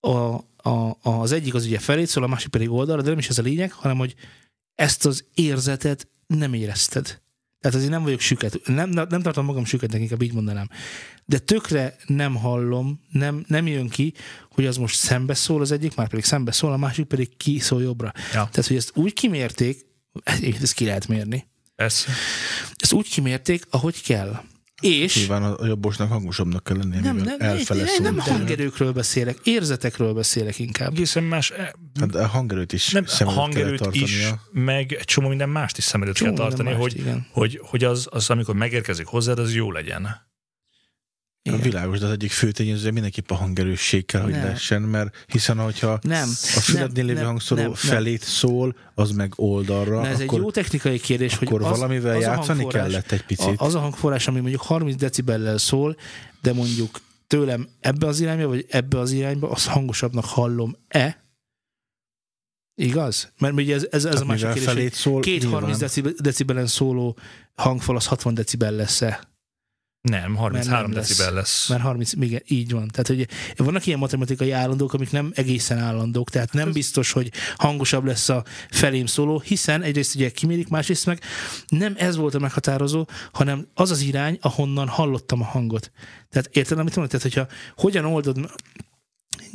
B: a, a, az egyik az ugye felé szól, a másik pedig oldalra, de nem is ez a lényeg, hanem hogy ezt az érzetet nem érezted. Tehát azért nem vagyok süket, nem, nem, nem tartom magam süketnek, inkább így mondanám. De tökre nem hallom, nem, nem jön ki, hogy az most szembe szól az egyik, már pedig szembe szól, a másik pedig ki szól jobbra.
C: Ja.
B: Tehát, hogy ezt úgy kimérték, ezt ki lehet mérni,
C: Persze.
B: ezt úgy kimérték, ahogy kell. És
A: Nyilván a a jobbosnak hangosabbnak kell lennie,
B: nem,
A: mivel
B: nem,
A: elfele
B: nem, nem
A: szól.
B: hangerőkről beszélek, érzetekről beszélek inkább.
C: Egészen más, e,
A: Hát a hangerőt is
C: nem
A: szem előtt
C: hangerőt
A: kellett
C: is,
A: tartania.
C: meg egy csomó minden mást is szem előtt
B: Csomó
C: kell
B: minden
C: tartani,
B: mást,
C: hogy,
B: igen.
C: hogy, hogy az, az, amikor megérkezik hozzád, az jó legyen.
B: Igen.
A: Világos, de az egyik fő tényező mindenképp a hangerősség kell, hogy
B: Nem.
A: lehessen, mert hiszen, hogyha
B: Nem.
A: a fülednél
B: nem,
A: lévő
B: nem, nem,
A: hangszóró
B: nem.
A: felét szól, az meg oldalra,
B: Na, ez egy jó
A: akkor,
B: technikai kérdés, hogy
A: akkor
B: az,
A: valamivel
B: az a
A: játszani
B: hangforrás-
A: kellett egy
B: a-
A: picit.
B: Az a hangforrás, ami mondjuk 30 decibellel szól, de mondjuk tőlem ebbe az irányba, vagy ebbe az irányba, az hangosabbnak hallom-e? Igaz? Mert ugye ez, ez, ez a
A: Tehát
B: másik
A: Hát mivel
B: kérdés, hogy
A: felét szól,
B: két
A: nyilván.
B: 30 decibelen szóló hangfal az 60 decibel lesz-e?
C: Nem, 33
B: Mert nem lesz.
C: decibel lesz.
B: Mert 30, igen, így van. Tehát, hogy vannak ilyen matematikai állandók, amik nem egészen állandók, tehát nem biztos, hogy hangosabb lesz a felém szóló, hiszen egyrészt ugye kimérik, másrészt meg nem ez volt a meghatározó, hanem az az irány, ahonnan hallottam a hangot. Tehát érted, amit mondok? Tehát, hogyha hogyan oldod, m-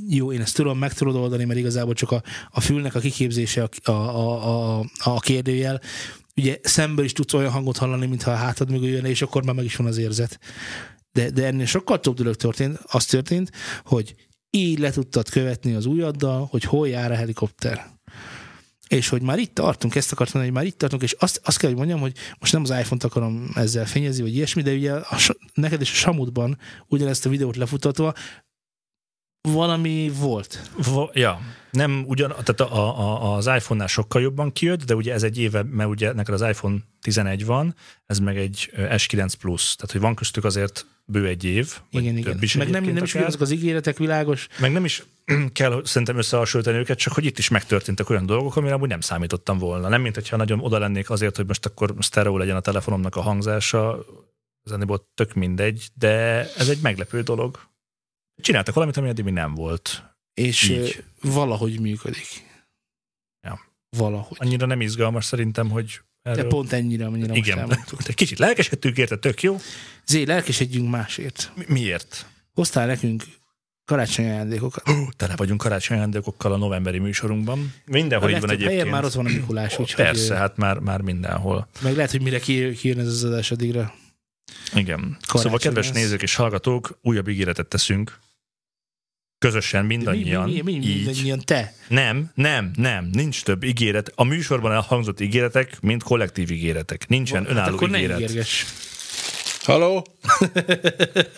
B: jó, én ezt tudom, meg tudod oldani, mert igazából csak a, a fülnek a kiképzése a, a, a, a, a kérdőjel, ugye szemből is tudsz olyan hangot hallani, mintha a hátad mögül jönne, és akkor már meg is van az érzet. De, de ennél sokkal több dolog történt, az történt, hogy így le tudtad követni az ujjaddal, hogy hol jár a helikopter. És hogy már itt tartunk, ezt akartam mondani, hogy már itt tartunk, és azt, azt kell, hogy mondjam, hogy most nem az iPhone-t akarom ezzel fényezni, vagy ilyesmi, de ugye a, sa- neked is a Samutban ugyanezt a videót lefutatva valami volt.
C: Va- ja, nem ugyan, tehát a, a, az iPhone-nál sokkal jobban kijött, de ugye ez egy éve, mert ugye neked az iPhone 11 van, ez meg egy ö, S9 Plus, tehát hogy van köztük azért bő egy év, vagy
B: Igen, igen.
C: több is
B: Meg nem,
C: egyébként
B: nem is
C: akár.
B: ugyanazok az ígéretek, világos.
C: Meg nem is kell hogy szerintem összehasonlítani őket, csak hogy itt is megtörténtek olyan dolgok, amire amúgy nem számítottam volna. Nem, mint hogyha nagyon oda lennék azért, hogy most akkor sztereó legyen a telefonomnak a hangzása, zenéból tök mindegy, de ez egy meglepő dolog. Csináltak valamit, ami eddig még nem volt.
B: És
C: Így.
B: ö, valahogy működik.
C: Ja.
B: Valahogy.
C: Annyira nem izgalmas szerintem, hogy
B: De
C: erről...
B: pont ennyire, amennyire most
C: Igen,
B: elmondtuk.
C: egy kicsit lelkesedtünk érte, tök jó.
B: Zé, lelkesedjünk másért.
C: Mi- Miért?
B: hoztál nekünk karácsonyi ajándékokat.
C: Hú, Tele vagyunk karácsonyi ajándékokkal a novemberi műsorunkban. Mindenhol így van
B: legtöbb helyen
C: egyébként.
B: már ott van a Mikulás, úgyhogy
C: Persze, hát már, már mindenhol.
B: ö, meg lehet, hogy mire ki- kijön ez az adás addigra.
C: Igen. szóval kedves
B: lesz.
C: nézők és hallgatók, újabb ígéretet teszünk. Közösen mindannyian.
B: mi, mi, mi, mi
C: így.
B: mindannyian te.
C: Nem, nem, nem, nincs több ígéret. A műsorban elhangzott ígéretek, mint kollektív ígéretek. Nincsen
B: hát
C: önálló
B: akkor ne
C: ígéret.
B: ígérges.
A: Halló?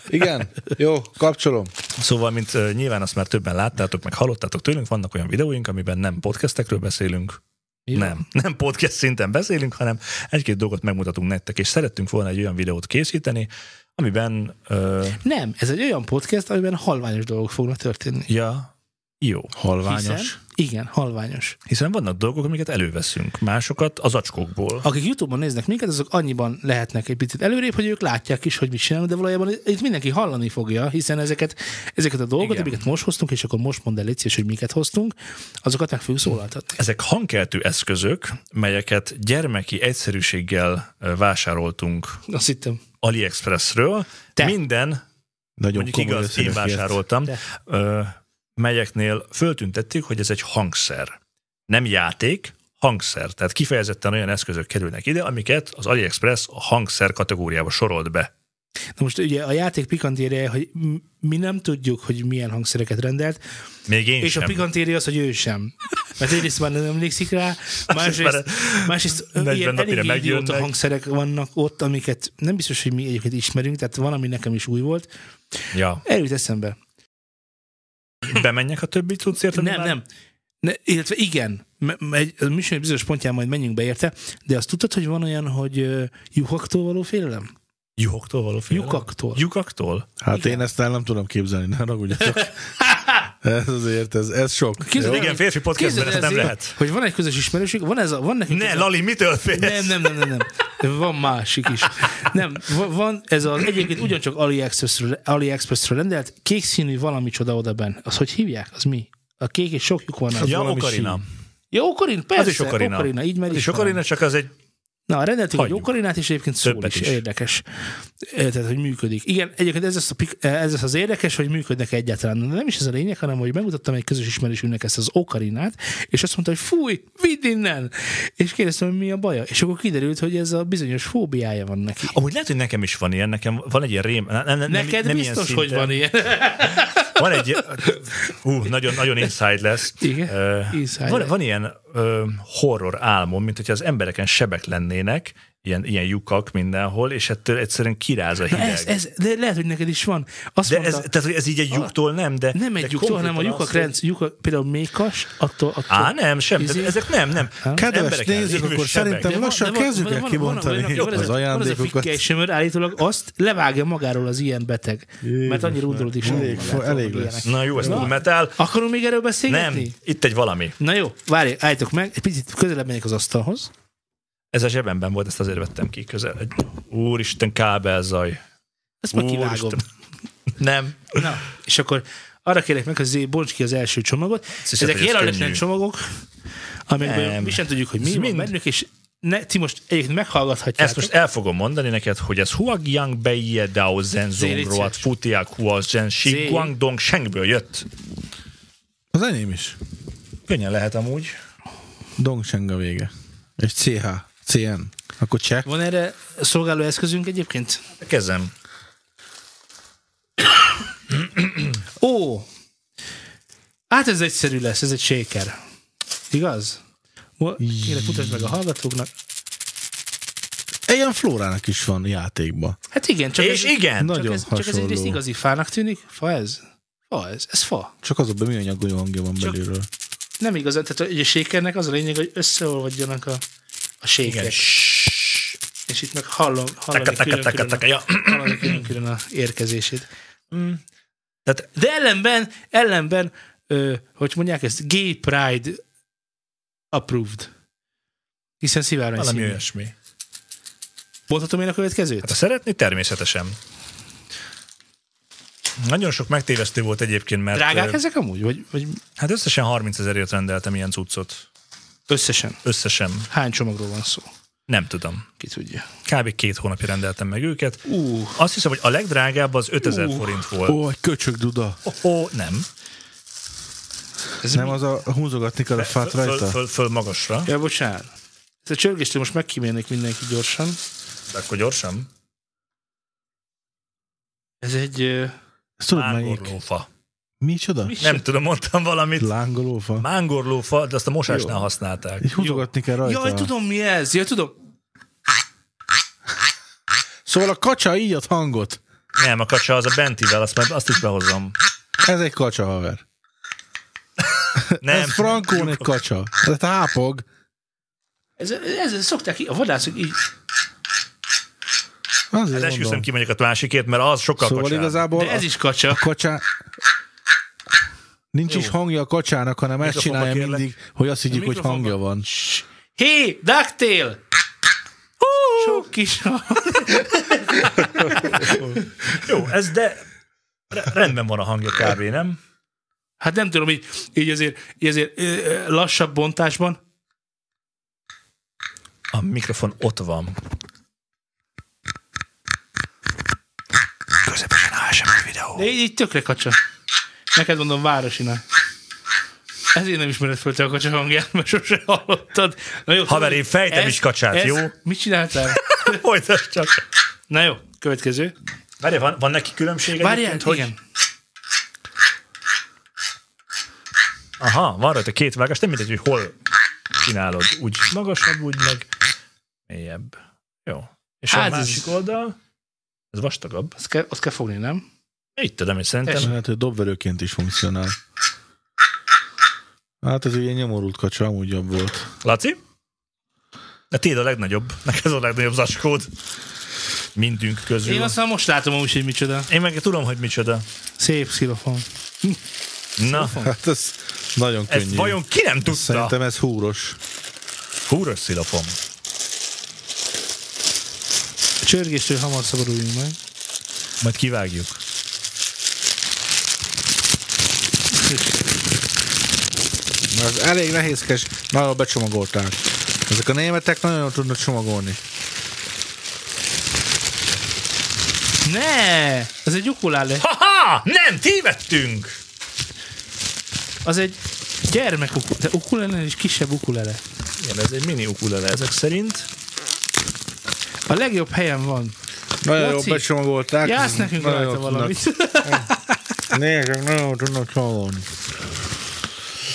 A: Igen? Jó, kapcsolom.
C: Szóval, mint ö, nyilván azt már többen láttátok, meg hallottátok tőlünk, vannak olyan videóink, amiben nem podcastekről beszélünk,
B: Mi van?
C: Nem, nem podcast szinten beszélünk, hanem egy-két dolgot megmutatunk nektek, és szerettünk volna egy olyan videót készíteni, amiben, ö,
B: Nem, ez egy olyan podcast, amiben halványos dolgok fognak történni.
C: ja, jó.
A: Halványos.
B: Hiszen, igen, halványos.
C: Hiszen vannak dolgok, amiket előveszünk, másokat az acskókból.
B: Akik YouTube-on néznek minket, azok annyiban lehetnek egy picit előrébb, hogy ők látják is, hogy mit csinálunk, de valójában itt mindenki hallani fogja, hiszen ezeket, ezeket a dolgokat,
C: Igen.
B: amiket most hoztunk, és akkor most mondd el, légy szíves, hogy miket hoztunk, azokat meg fogjuk szólaltatni.
C: Ezek hangkeltő eszközök, melyeket gyermeki egyszerűséggel ö, vásároltunk
B: Azt hittem.
C: AliExpressről.
B: Te.
C: Minden
A: Nagyon
C: Mondjuk
A: komoly
C: igaz, én
A: összegekért.
C: vásároltam,
B: De.
C: ö, melyeknél föltüntették, hogy ez egy hangszer. Nem játék, hangszer. Tehát kifejezetten olyan eszközök kerülnek ide, amiket az AliExpress a hangszer kategóriába sorolt be.
B: Na most ugye a játék pikantériája, hogy m- mi nem tudjuk, hogy milyen hangszereket rendelt,
C: Még én
B: és
C: sem.
B: a pikantéria az, hogy ő sem. Mert egyrészt már nem emlékszik rá, másrészt,
C: már
B: másrészt
C: 40
B: ilyen
C: napira
B: elég idióta
C: megjönnek.
B: hangszerek vannak ott, amiket nem biztos, hogy mi egyébként ismerünk, tehát van, ami nekem is új volt.
C: Ja.
B: Eljut eszembe.
C: Bemenjek a többi cuccért? Hát, ami
B: Nem,
C: már-
B: nem. Ne, illetve igen, m- m- egy, a műsor egy bizonyos pontján majd menjünk be érte, de azt tudtad, hogy van olyan, hogy ö, lyukaktól való félelem?
C: Lyukoktól való félelem?
B: Lyukaktól.
C: Lyukaktól?
A: Hát
B: Igen.
A: én ezt el nem tudom képzelni, ne ragudjatok. ez azért, ez, ez sok.
B: Képzeld
A: Jó?
B: el,
C: Igen, férfi podcastben
B: Képzeld
C: ez
B: el,
C: nem
B: Zé,
C: lehet.
B: Hogy van egy közös ismerőség, van ez a, van nekünk
C: Ne,
B: ez a-
C: Lali, mitől félsz?
B: Nem, nem, nem, nem, nem. Van másik is. Nem, va- van ez az egyébként ugyancsak AliExpressről, AliExpressről rendelt, kék színű valami csoda oda benn. Az hogy hívják? Az mi? A kék és sok lyuk van. rajta.
C: Ja,
A: valami
C: Okarina.
B: Ja, okorin, persze.
C: is okarina.
B: okarina így már
C: Az
B: is
C: is
B: van.
C: Okarina, csak az egy...
B: Na, rendeltünk egy
C: Hagyjuk.
B: okarinát, és egyébként szól
C: Többet
B: is,
C: is.
B: érdekes. E, Tehát, hogy működik. Igen, egyébként ez lesz, a, pik- ez lesz az érdekes, hogy működnek egyáltalán. De nem is ez a lényeg, hanem hogy megmutattam egy közös ismerősünknek ezt az okarinát, és azt mondta, hogy fúj, vidd innen! És kérdeztem, hogy mi a baja. És akkor kiderült, hogy ez a bizonyos fóbiája van neki.
C: Amúgy lehet, hogy nekem is van ilyen, nekem van egy ilyen rém... Nem, nem, nem,
B: Neked
C: nem ilyen
B: biztos, hogy
C: szinten.
B: van ilyen.
C: Van egy... Hú, nagyon, nagyon inside lesz.
B: Igen,
C: Ö,
B: inside
C: van,
B: lesz.
C: van ilyen ö, horror álmom, mint hogyha az embereken sebek lennének, ilyen, ilyen lyukak mindenhol, és ettől egyszerűen kiráz a
B: Na,
C: hideg.
B: ez, ez, de lehet, hogy neked is van. Azt
C: de ez,
B: mondta,
C: tehát, hogy ez így egy lyuktól nem, de...
B: nem
C: de
B: egy lyuktól, hanem a
C: konkrétan
B: lyukak
C: az,
B: rendsz, lyukak, például mékas, attól, attól.
C: Á, nem, sem.
B: Izé-
C: Tehát ezek nem, nem.
A: Kedves
C: Embereken
A: nézők,
C: lévő
A: akkor
C: sebek.
A: szerintem lassan kezdjük el kibontani az
B: Van
A: ajándékokat.
B: ez a sömör, állítólag azt levágja magáról az ilyen beteg. mert annyira undorod is.
A: Elég, elég lesz.
C: Na jó, ez full metal.
B: Akarunk még erről
C: Nem,
B: beszélgetni?
C: itt egy valami.
B: Na jó, várj, álljatok meg, egy picit közelebb megyek az asztalhoz.
C: Ez a zsebemben volt, ezt azért vettem ki közel. Egy, úristen, kábelzaj.
B: Ezt majd kivágom.
C: Úristen. Nem.
B: Na, és akkor arra kérek meg, hogy Zé, bonts ki az első csomagot.
C: hiszed,
B: Ezek
C: hogy ez
B: jelenlegtelen
C: könnyű?
B: csomagok, amikben
C: Nem.
B: mi sem tudjuk, hogy mi
C: Ez
B: van
C: mind-
B: bennük, és ne, ti most egyébként meghallgathatjátok.
C: Ezt most el fogom mondani neked, hogy ez Huagyang Beie Dao
B: Zé, légy
C: Zenzong Roat
B: szíves.
C: Futiak Hua Zhen
B: Zé.
C: Shi Guangdong Shengből jött.
A: Az enyém is.
C: Könnyen lehet amúgy.
A: Dongseng a vége. És CH, CN. Akkor cseh.
B: Van erre szolgáló eszközünk egyébként?
C: Kezem.
B: Ó! Hát ez egyszerű lesz, ez egy shaker. Igaz? Mo- Kérlek, futasd meg a hallgatóknak.
A: Ilyen flórának is van játékba.
B: Hát igen, csak
C: És
B: ez,
C: igen.
B: csak
A: Nagyon
B: ez, csak ez
A: hasonló.
B: egyrészt igazi fának tűnik. Fa ez? Fa ez? Ez fa.
A: Csak azokban milyen nyagoló hangja van
B: Csak-
A: belülről.
B: Nem igazán, tehát ugye a shakernek az a lényeg, hogy összeolvadjanak a, a
C: Igen.
B: shakerek. És itt meg hallom, hallani
C: Taka,
B: külön-külön
C: taka, taka,
B: a-
C: taka, ja.
B: hallani külön-külön a érkezését.
C: Tehát
B: De ellenben, ellenben, ö, hogy mondják ezt, gay pride approved. Hiszen szivárvány
C: valami
B: színű.
C: olyasmi.
B: Mondhatom én a következőt?
C: Hát ha szeretné, természetesen. Nagyon sok megtévesztő volt egyébként, mert
A: hát,
B: Drágák
C: ö,
B: ezek amúgy? Vagy, vagy
C: hát összesen 30 ezerért rendeltem ilyen cuccot.
B: összesen?
C: Összesen.
B: Hány csomagról van szó?
C: Nem tudom.
B: Ki tudja.
C: Kb. két hónapja rendeltem meg őket.
B: Ú,
C: Azt hiszem, hogy a legdrágább az 5000
B: Ú.
C: forint volt.
A: Ó, egy köcsög duda.
C: Ó, ó, nem.
B: ez
A: Nem
B: mi? Szóval-
A: az a húzogatni kell a fát
C: Föl,
A: rajta?
C: föl, föl magasra.
B: Ja, bocsánat. Ez a csörgéstől most megkímélnék mindenki gyorsan.
C: De akkor gyorsan.
B: Ez egy... ö,
A: Ezt tudod melyik?
C: Mángorlófa.
A: Micsoda?
B: Mi
C: Nem tudom, mondtam valamit.
A: Lángolófa?
C: Mángorlófa, de azt a mosásnál
A: Jó.
C: használták.
A: És húzogatni kell rajta.
B: Jaj, tudom mi ez. Jaj, tudom.
A: Szóval a kacsa így ad hangot.
C: Nem, a kacsa az a bentivel, azt, majd azt is behozom.
A: Ez egy kacsa, haver.
C: Nem.
A: Ez frankón egy kacsa. Ez hápog.
B: Ez, ez, ez szokták ki, a vadászok így.
A: Azért
C: Hát esküszöm
A: mondom.
C: kimegyek a másikért, mert az sokkal
A: Szóval
C: kacsább.
A: igazából
B: De ez is kacsa.
A: a kacsá... Nincs
C: Jó.
A: is hangja a kacsának, hanem ezt
C: Mikrofonba
A: csinálja
C: kérlek.
A: mindig, hogy azt higgyük, hogy
B: mikrofonba.
A: hangja van.
B: Hé, DuckTale! Sok kis
C: Jó, ez de re- rendben van a hangja kb, nem?
B: Hát nem tudom, így, így azért, így azért ö, ö, lassabb bontásban.
C: A mikrofon ott van. Közepesen ASMR videó.
B: De így, így tökre kacsa. Neked mondom, városinál. Ezért nem ismered föl te a kacsa hangját, mert sose hallottad. Na jó,
C: Haver, én fejtem
B: ez-
C: is kacsát,
B: ez-
C: jó?
B: Mit csináltál?
C: Folytasd csak.
B: Na jó, következő.
C: Várj, van, van neki különbség
B: Várjál,
C: egyébként,
B: hogy... igen.
C: Aha, van rajta két vágás, nem mindegy, hogy hol csinálod. Úgy magasabb, úgy meg mélyebb. Jó. És
B: Hát
C: hát a
B: ez-
C: másik oldal, ez vastagabb.
B: Azt kell, azt kell fogni, nem?
C: Itt tudom, és szerintem
B: Tessék.
A: Lehet, hogy Hát, dobverőként is funkcionál. Hát ez ugye nyomorult kacsa, amúgy jobb volt.
C: Laci? De tiéd a legnagyobb. Neked ez a legnagyobb zacskód. Mindünk közül.
B: Én aztán most látom amúgy, hogy micsoda.
C: Én meg tudom, hogy micsoda.
B: Szép szilofon.
C: Na,
A: Hát ez nagyon könnyű.
C: ezt vajon ki nem tudta?
A: Szerintem ez húros.
C: Húros szilafon.
B: A csörgéstől hamar szabaduljunk meg.
C: Majd kivágjuk.
A: Ez elég nehézkes, nagyon becsomagolták. Ezek a németek nagyon jól tudnak csomagolni.
B: Ne! Ez egy ukulále.
C: Ha-ha! Nem, tévedtünk!
B: Az egy gyermek ukulele, de ukulele és kisebb ukulele.
C: Igen, ez egy mini ukulele ezek szerint.
B: A legjobb helyen van.
A: Nagyon
B: Laci,
A: jól becsomagolták.
B: Jász nekünk
A: nagyon
B: rajta
A: jól
B: valamit.
A: Tudnak, nézd, nagyon jól tudnak csomagolni.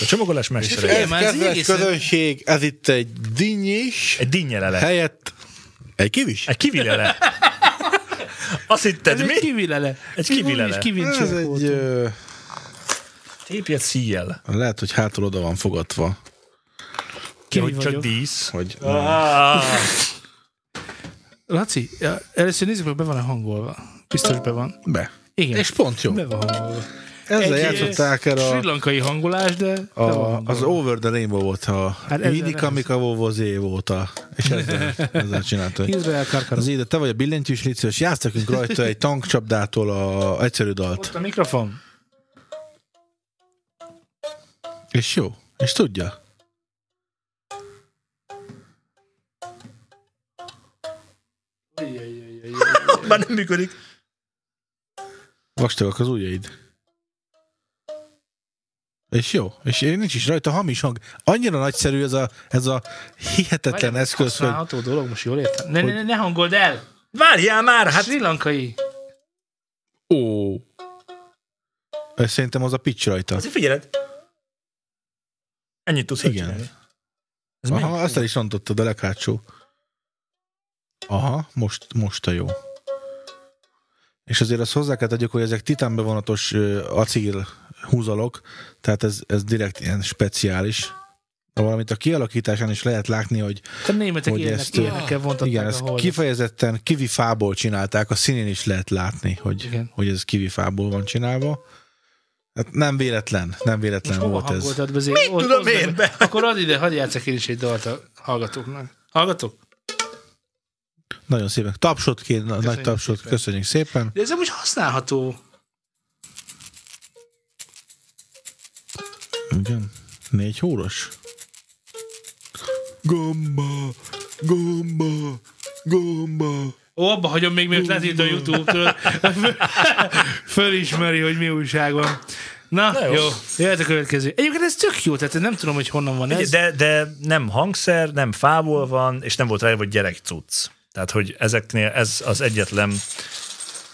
C: A csomagolás mestere.
B: Igen,
A: Ez,
B: már ez
A: kedves
B: egészen-
A: közönség, ez itt egy dinnyis,
C: Egy dinnyelele.
A: helyett egy kivis.
C: Egy kivilele. Azt hitted,
B: Ez egy
C: mi?
B: kivilele.
C: Egy kivilele.
B: Úgyis
A: Ez
B: kivincsek
A: egy,
B: voltunk.
A: ö,
C: Tépjed szíjjel.
A: lehet, hogy hátul oda van fogatva,
B: Ki
C: Hogy csak
B: vagyok?
C: dísz.
A: hogy
C: Ah,
B: Laci, ja, először nézzük, hogy be van a hangolva. Biztos be van.
A: be.
B: Igen.
A: És pont jó.
B: Be van hangolva.
A: ezzel
B: Egy-
A: játszották el a,
B: Sri lankai hangolás, de... de van
A: a,
B: hangolás.
A: az Over the Rainbow volt a hát
B: ezzel
A: Minika
B: nem-
A: Mika Vovozé volt a, és ezzel, ezzel csinálta.
B: Izrael Karkaros.
A: Az ide, te vagy a billentyűs licős, játsz nekünk rajta egy tankcsapdától a egyszerű dalt.
B: Ott a mikrofon.
A: És jó, és tudja.
C: Már nem működik.
A: Vastagak az ujjaid. És jó, és én nincs is rajta hamis hang. Annyira nagyszerű ez a, ez a hihetetlen eszköz, hogy
B: Használható dolog, most jól értem. Ne, ne,
A: Hogy-
B: ne, ne hangold el!
C: Várjál már, hát
B: Sri lankai.
A: ó. Ez Szerintem az a pitch rajta.
C: azért figyeled. Ennyit tudsz
A: Igen.
C: csinálni. Ez
A: Aha,
C: mi?
A: azt el is rontottad a leghátsó. Aha, most, most a jó. És azért azt hozzá kell tegyük, hogy ezek titánbevonatos ö, acél húzalok, tehát ez, ez direkt ilyen speciális. De valamint a kialakításán is lehet látni, hogy
B: A németek
A: Hogy
B: ilyenek,
A: ezt,
B: ilyenekkel vontatták
A: igen,
B: a
A: ezt
B: holdat.
A: kifejezetten kiwi fából csinálták, a színén is lehet látni, hogy,
B: Igen.
A: hogy ez kiwi fából van csinálva. Hát nem véletlen, nem véletlen
B: Most hova
A: volt ez.
B: hangoltad be? Zé? Mit
C: tudom én be?
B: Akkor add ide, hadd játszak én is egy dalt a hallgatóknak. Hallgatók?
A: Nagyon szépen. Tapsot kéne, nagy tapsot,
B: szépen.
A: köszönjük szépen.
B: De ez amúgy használható.
A: Igen. Négy hóros? Gomba, gomba, gomba.
B: Ó, abba hagyom még, mert lehet itt a Youtube-től. Fölismeri, hogy mi újság van. Na,
C: Na
B: jó.
C: jó.
B: jó. Jöhet a következő. Egyébként ez tök jó, tehát én nem tudom, hogy honnan van ez.
C: De, de nem hangszer, nem fából van, és nem volt rá, hogy gyerek cucc. Tehát, hogy ezeknél ez az egyetlen...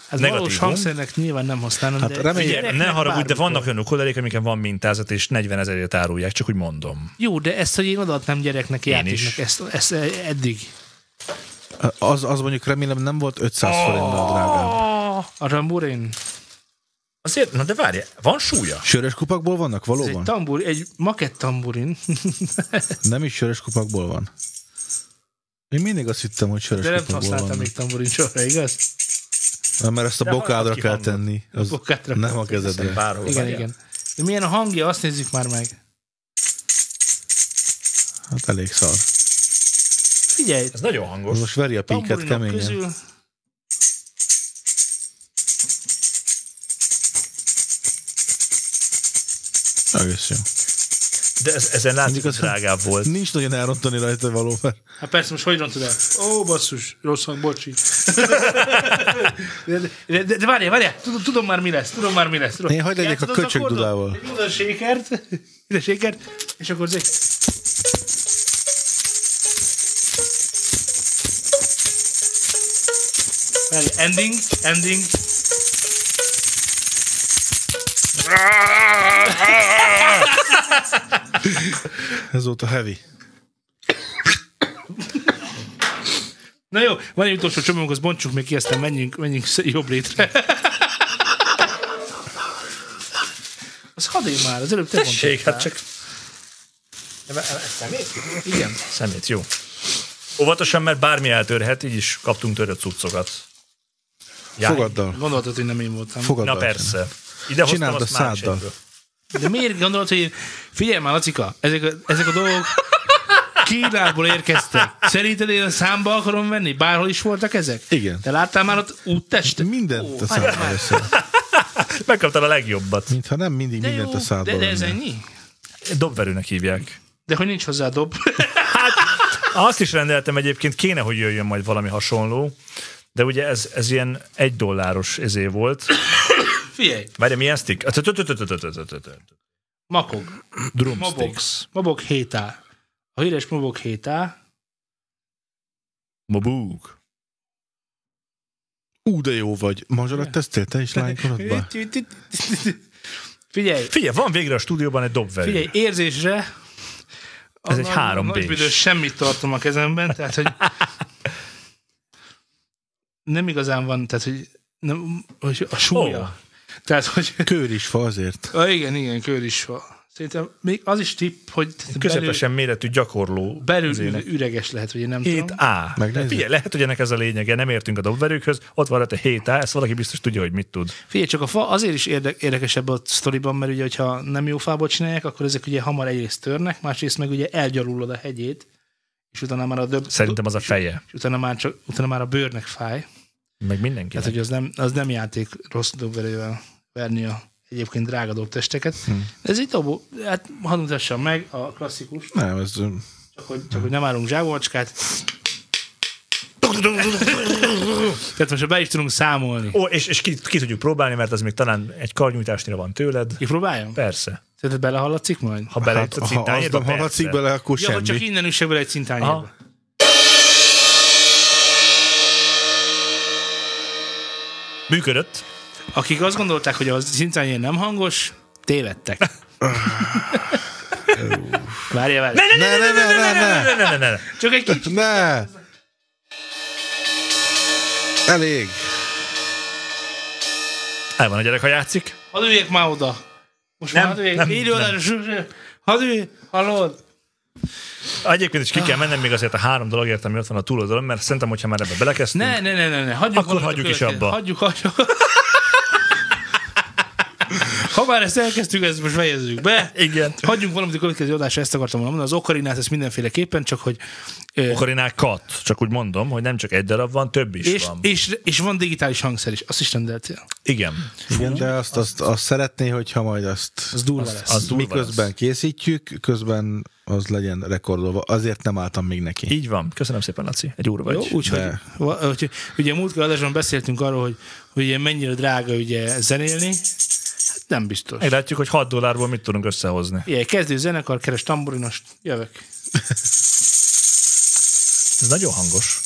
B: Hát
C: Negatívum.
B: valós hangszernek nyilván nem használom,
A: Hát
B: de
A: reméljük-
C: Figyelj,
B: gyereknek
C: ne haragudj, de
B: bármikor.
C: vannak olyan ukulelek, amiken van mintázat, és 40 ezerért árulják, csak úgy mondom.
B: Jó, de ezt, hogy én odaadnám gyereknek játéknak,
C: is.
B: ezt, ezt eddig.
A: Az, az mondjuk remélem nem volt 500 oh. forintnál drágább.
B: A ramburin.
C: Azért, na de várj, van súlya?
A: Sörös kupakból vannak
B: Ez egy
A: valóban?
B: tambur, egy makett tamburin.
A: Nem is sörös kupakból van. Én mindig azt hittem, hogy sörös
B: De nem
A: kupakból van.
B: használtam még tamburin soha, igaz?
A: Nem, mert ezt a
C: De hallod
A: bokádra
C: ki
A: kell
C: hangot?
A: tenni. Az
B: Bokádra
A: nem
B: kell
A: a kezedre.
C: Bárhol
B: Igen,
C: várjál.
B: igen. De milyen a hangja, azt nézzük már meg.
A: Hát elég szar.
B: Figyelj,
C: Ez nagyon hangos.
A: Az most veri a píket
B: tamburinok
A: keményen.
B: közül
A: Egész jó.
C: De ez, ezen látszik,
A: Mondjuk
C: hogy
A: az-
C: drágább volt.
A: Nincs nagyon elrontani rajta való, mert
B: Hát persze, most hogy rontod el? Ó, basszus, rossz hang, bocsi. De, de, de, de várjál, várjál, tudom, tudom már mi lesz, tudom már mi lesz. Tudom.
A: Én hagyd legyek a
B: Játszod az
A: köcsög
B: akkordot?
A: dudával.
B: Egy oda sékert, ide sékert, és akkor zé... Várjál, Ending, ending.
A: ez volt a heavy.
B: Na jó, van egy utolsó csomagunk, azt bontsuk még ki, aztán menjünk, menjünk sz- jobb létre. Az hadé már, az előbb te mondtad.
C: Tessék, hát csak... Szemét? Igen. Szemét, jó. Óvatosan, mert bármi eltörhet, így is kaptunk törött cuccokat. Jaj.
A: Fogaddal.
B: Gondoltad, hogy nem én voltam.
A: Fogaddal.
C: Na persze. Ide hoztam
A: Csináld
C: azt
A: a
C: más
A: száddal.
C: egyből.
B: De miért gondolod, hogy én... Figyelj már, Lacika, ezek a, ezek a dolgok Kínából érkeztek. Szerinted én a számba akarom venni? Bárhol is voltak ezek?
A: Igen.
B: Te láttál már ott úttest?
A: Mindent a
B: várjál
A: szádba
B: már.
A: veszel.
C: Megkaptál a legjobbat.
A: Mintha nem mindig
B: De
A: mindent
B: jó,
A: a szádba
B: de, de ez
A: lenne.
B: ennyi?
C: Dobverőnek hívják.
B: De hogy nincs hozzá dob.
C: Azt is rendeltem egyébként, kéne, hogy jöjjön majd valami hasonló, de ugye ez, ez ilyen egy dolláros ezé volt.
B: Figyelj,
C: Várj, milyen stick?
B: makog. Mabok.
C: Drumsticks.
B: Mabok 7A. A híres Mabok 7A.
C: Mabuk.
A: Ú, de jó vagy. Mazsarat tesztél te is lánykorodban?
B: Figyelj,
C: Figyelj, van végre a stúdióban egy dobverő.
B: Figyelj, érzésre
C: Ez
B: a
C: egy
B: nagy-
C: 3B-s.
B: nagy büdös semmit tartom a kezemben, tehát hogy nem igazán van, tehát hogy, nem, hogy a súlya.
C: Ó.
B: Tehát, hogy
A: Kőr is fa azért.
B: ah, igen, igen, kör is van. Szerintem még az is tipp, hogy belül,
C: Közepesen méretű gyakorló.
B: belül
C: izének.
B: ü- üreges lehet, vagy én nem tudom.
C: 7A.
A: Megnézzük?
C: Figyelj, lehet, hogy ennek ez a lényege, nem értünk a dobverőkhöz, ott van rajta 7A, ezt valaki biztos tudja, hogy mit tud.
B: Figyelj, csak a fa azért is érde- érdekesebb a sztoriban, mert ugye, hogyha nem jó fából csinálják, akkor ezek ugye hamar egyrészt törnek, másrészt meg ugye elgyalulod a hegyét, és utána már a döb...
C: Szerintem az a feje,
B: És utána már, csak, utána már a bőrnek fáj.
C: meg mindenki.
B: Tehát, hogy az nem, az nem játék rossz dobverővel verni a egyébként drága dobtesteket. Hmm. Ez itt dobó, hát hadd mutassam meg a klasszikus,
A: Nem, ez... ö,
B: csak hogy, csak hogy nem állunk zsávolcskát. Tehát most be is tudunk számolni.
C: Ó, és, és ki, ki, tudjuk próbálni, mert az még talán egy karnyújtásnyira van tőled.
B: Kipróbáljam?
C: Persze.
B: Tehát belehaladszik majd?
C: Ha bele
A: Hát,
C: hát, a
A: ha az
C: cintányérba,
A: nem haladszik bele, akkor
B: Ja, vagy csak
A: semmi.
B: innen üssek bele egy cintányérba.
C: Aha. Működött.
B: Akik azt gondolták, hogy a cintányér nem hangos, tévedtek. Várjál, várjál.
A: Ne, ne, ne, ne, ne,
C: Ne, ne, ne, ne, ne.
B: Csak egy kicsit.
A: ne! Elég.
C: El van a gyerek, ha játszik.
B: Hadd üljek már oda. Most nem, már
C: Nem,
B: hadd üljek.
C: nem,
B: Így oda,
C: nem.
B: zs- zs- hadd üljek. Hallod?
C: Egyébként is ki kell mennem még azért a három dologért, ami ott van a túloldalon, mert szerintem, hogyha már ebbe belekezdtünk,
B: Ne, ne, ne, ne, ne. Hagyjuk
C: Akkor
B: annak a
C: hagyjuk is
B: következő-
C: abba.
B: Hagyjuk, hagyjuk. Ha már ezt elkezdtük, ezt most fejezzük be.
C: Igen.
B: Hagyjunk valamit a következő adásra, ezt akartam volna mondani. Az okarinát ezt mindenféleképpen, csak hogy... ö,
C: Okarinákat, csak úgy mondom, hogy nem csak egy darab van, több is
B: és,
C: van.
B: és, és, van digitális hangszer is, azt is rendeltél.
C: Igen.
A: Igen, de azt, azt, azt szeretné, hogyha majd azt
B: Az durva lesz.
C: az- durva
A: miközben
C: lesz.
A: készítjük, közben az legyen rekordolva. Azért nem álltam még neki.
C: Így van. Köszönöm szépen, Laci. Egy úr vagy.
B: Jó, úgyhogy
A: De.
B: va- úgyhogy- ugye múltkor adásban beszéltünk arról, hogy, hogy ugye mennyire drága ugye zenélni. Hát nem biztos.
C: Meglátjuk, hogy 6 dollárból mit tudunk összehozni.
B: Ilyen kezdő zenekar, keres tamburinost, jövök.
C: Ez nagyon hangos.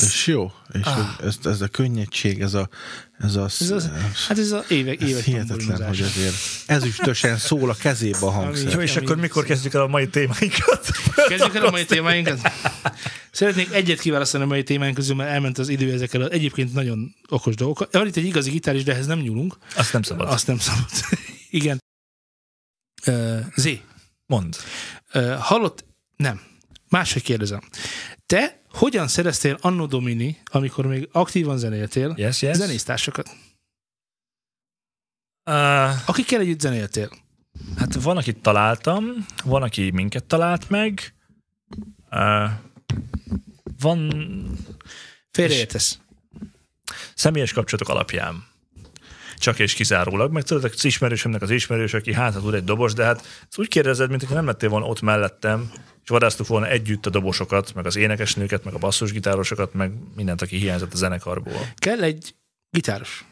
A: És jó. És ah. ez, ez, a könnyedség, ez a, ez a,
B: Ez az, hát ez az évek,
A: ez
B: évek
A: hihetetlen, hogy
B: tamburinozás.
A: ezért ezüstösen szól a kezébe a hangszer.
C: Jó, és akkor mikor kezdjük el a mai témáinkat?
B: Kezdjük el a mai témáinkat. Szeretnék egyet kiválasztani a mai témáink közül, mert elment az idő ezekkel az egyébként nagyon okos dolgokkal. Van itt egy igazi gitár is, de ehhez nem nyúlunk.
C: Azt nem szabad. Azt
B: Azt nem szabad. Igen. Ö, Zé,
C: mond.
B: Ö, hallott? Nem. Máshogy kérdezem. Te hogyan szereztél Anno Domini, amikor még aktívan zenéltél,
C: Yes, yes.
B: zenésztársakat?
C: Uh,
B: Akikkel együtt zenéltél?
C: hát van, akit találtam, van, aki minket talált meg. Uh, van
B: Félreértesz.
C: személyes kapcsolatok alapján. Csak és kizárólag. Meg tudod, az ismerősömnek az ismerős, aki hát hát tud egy dobos, de hát ezt úgy kérdezed, mint hogyha nem lettél volna ott mellettem, és vadásztuk volna együtt a dobosokat, meg az énekesnőket, meg a basszusgitárosokat, meg mindent, aki hiányzott a zenekarból.
B: Kell egy gitáros.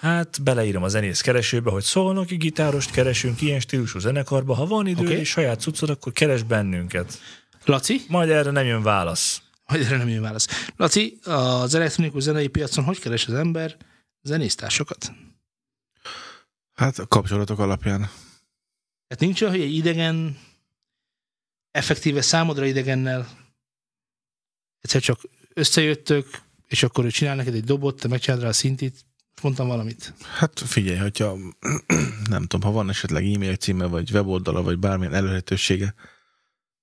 C: Hát beleírom a zenész keresőbe, hogy szólnoki gitárost keresünk ilyen stílusú zenekarba, ha van idő
B: Oké.
C: okay. és saját cuccod, akkor keres bennünket.
B: Laci?
C: Majd erre nem jön válasz.
B: Hogy erre nem jön válasz. Laci, az elektronikus zenei piacon hogy keres az ember zenésztársakat?
A: Hát a kapcsolatok alapján.
B: Hát nincs olyan, hogy egy idegen, effektíve számodra idegennel egyszer csak összejöttök, és akkor ő csinál neked egy dobot, te megcsinálod rá a szintit, mondtam valamit.
A: Hát figyelj, hogyha nem tudom, ha van esetleg e-mail címe, vagy weboldala, vagy bármilyen elérhetősége,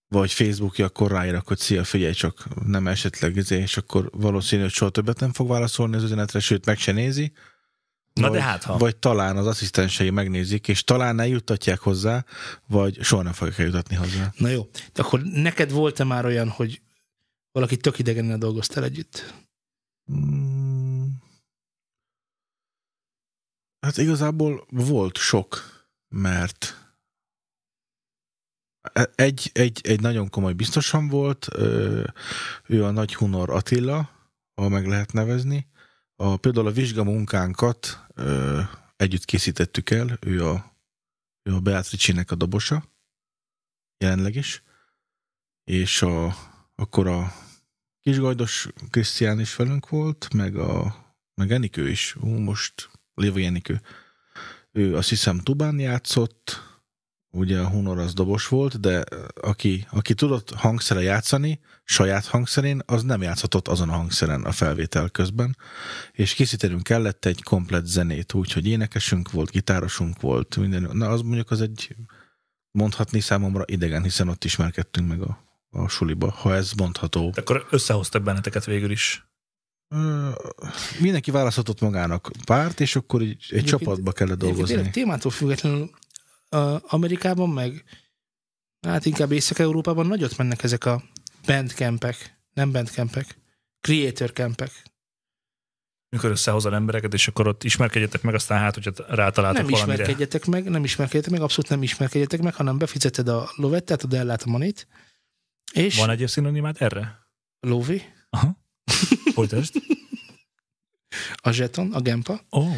A: vagy Facebookja, akkor ráírok, hogy szia, figyelj csak, nem esetleg izé, és akkor valószínű, hogy soha többet nem fog válaszolni az üzenetre, sőt, meg se nézi.
C: Na
A: vagy,
C: de hát ha.
A: Vagy talán az asszisztensei megnézik, és talán eljuttatják hozzá, vagy soha nem fogják eljutatni hozzá.
B: Na jó, de akkor neked volt-e már olyan, hogy valaki tök idegennel dolgoztál együtt?
A: Mm. Hát igazából volt sok, mert egy, egy, egy nagyon komoly biztosan volt, ö, ő a Nagy Hunor Attila, ha meg lehet nevezni. A, például a vizsgamunkánkat ö, együtt készítettük el, ő a, ő a Beatrice-nek a dobosa, jelenleg is, és a, akkor a Kisgajdos Krisztián is velünk volt, meg a meg Enikő is, Ú, most Lévai Enikő. Ő azt hiszem Tubán játszott, ugye a Hunor az dobos volt, de aki, aki tudott hangszere játszani, saját hangszerén, az nem játszhatott azon a hangszeren a felvétel közben, és készítenünk kellett egy komplett zenét, úgyhogy énekesünk volt, gitárosunk volt, minden. Na, az mondjuk az egy mondhatni számomra idegen, hiszen ott ismerkedtünk meg a, a suliba, ha ez mondható.
C: De akkor összehoztak benneteket végül is.
A: Ö, Mindenki választhatott magának párt, és akkor így egy
B: Egyébként-
A: csapatba kellett
B: Egyébként
A: dolgozni.
B: tényleg témától függetlenül ö, Amerikában meg, hát inkább Észak-Európában nagyot mennek ezek a bandcampek, nem bandcampek, creator campek.
C: Hát Mikor összehozol embereket, és akkor ott ismerkedjetek meg, aztán hát, hogyha rátaláltok
B: nem
C: valamire.
B: ismerkedjetek meg, nem ismerkedjetek meg, abszolút nem ismerkedjetek meg, hanem befizeted a lovet, tehát oda ellát a manét, és
C: Van egyéb szinonimád erre?
B: lóvi,
C: Aha. Folytasd.
B: a zseton, a gempa,
C: Ó. Oh.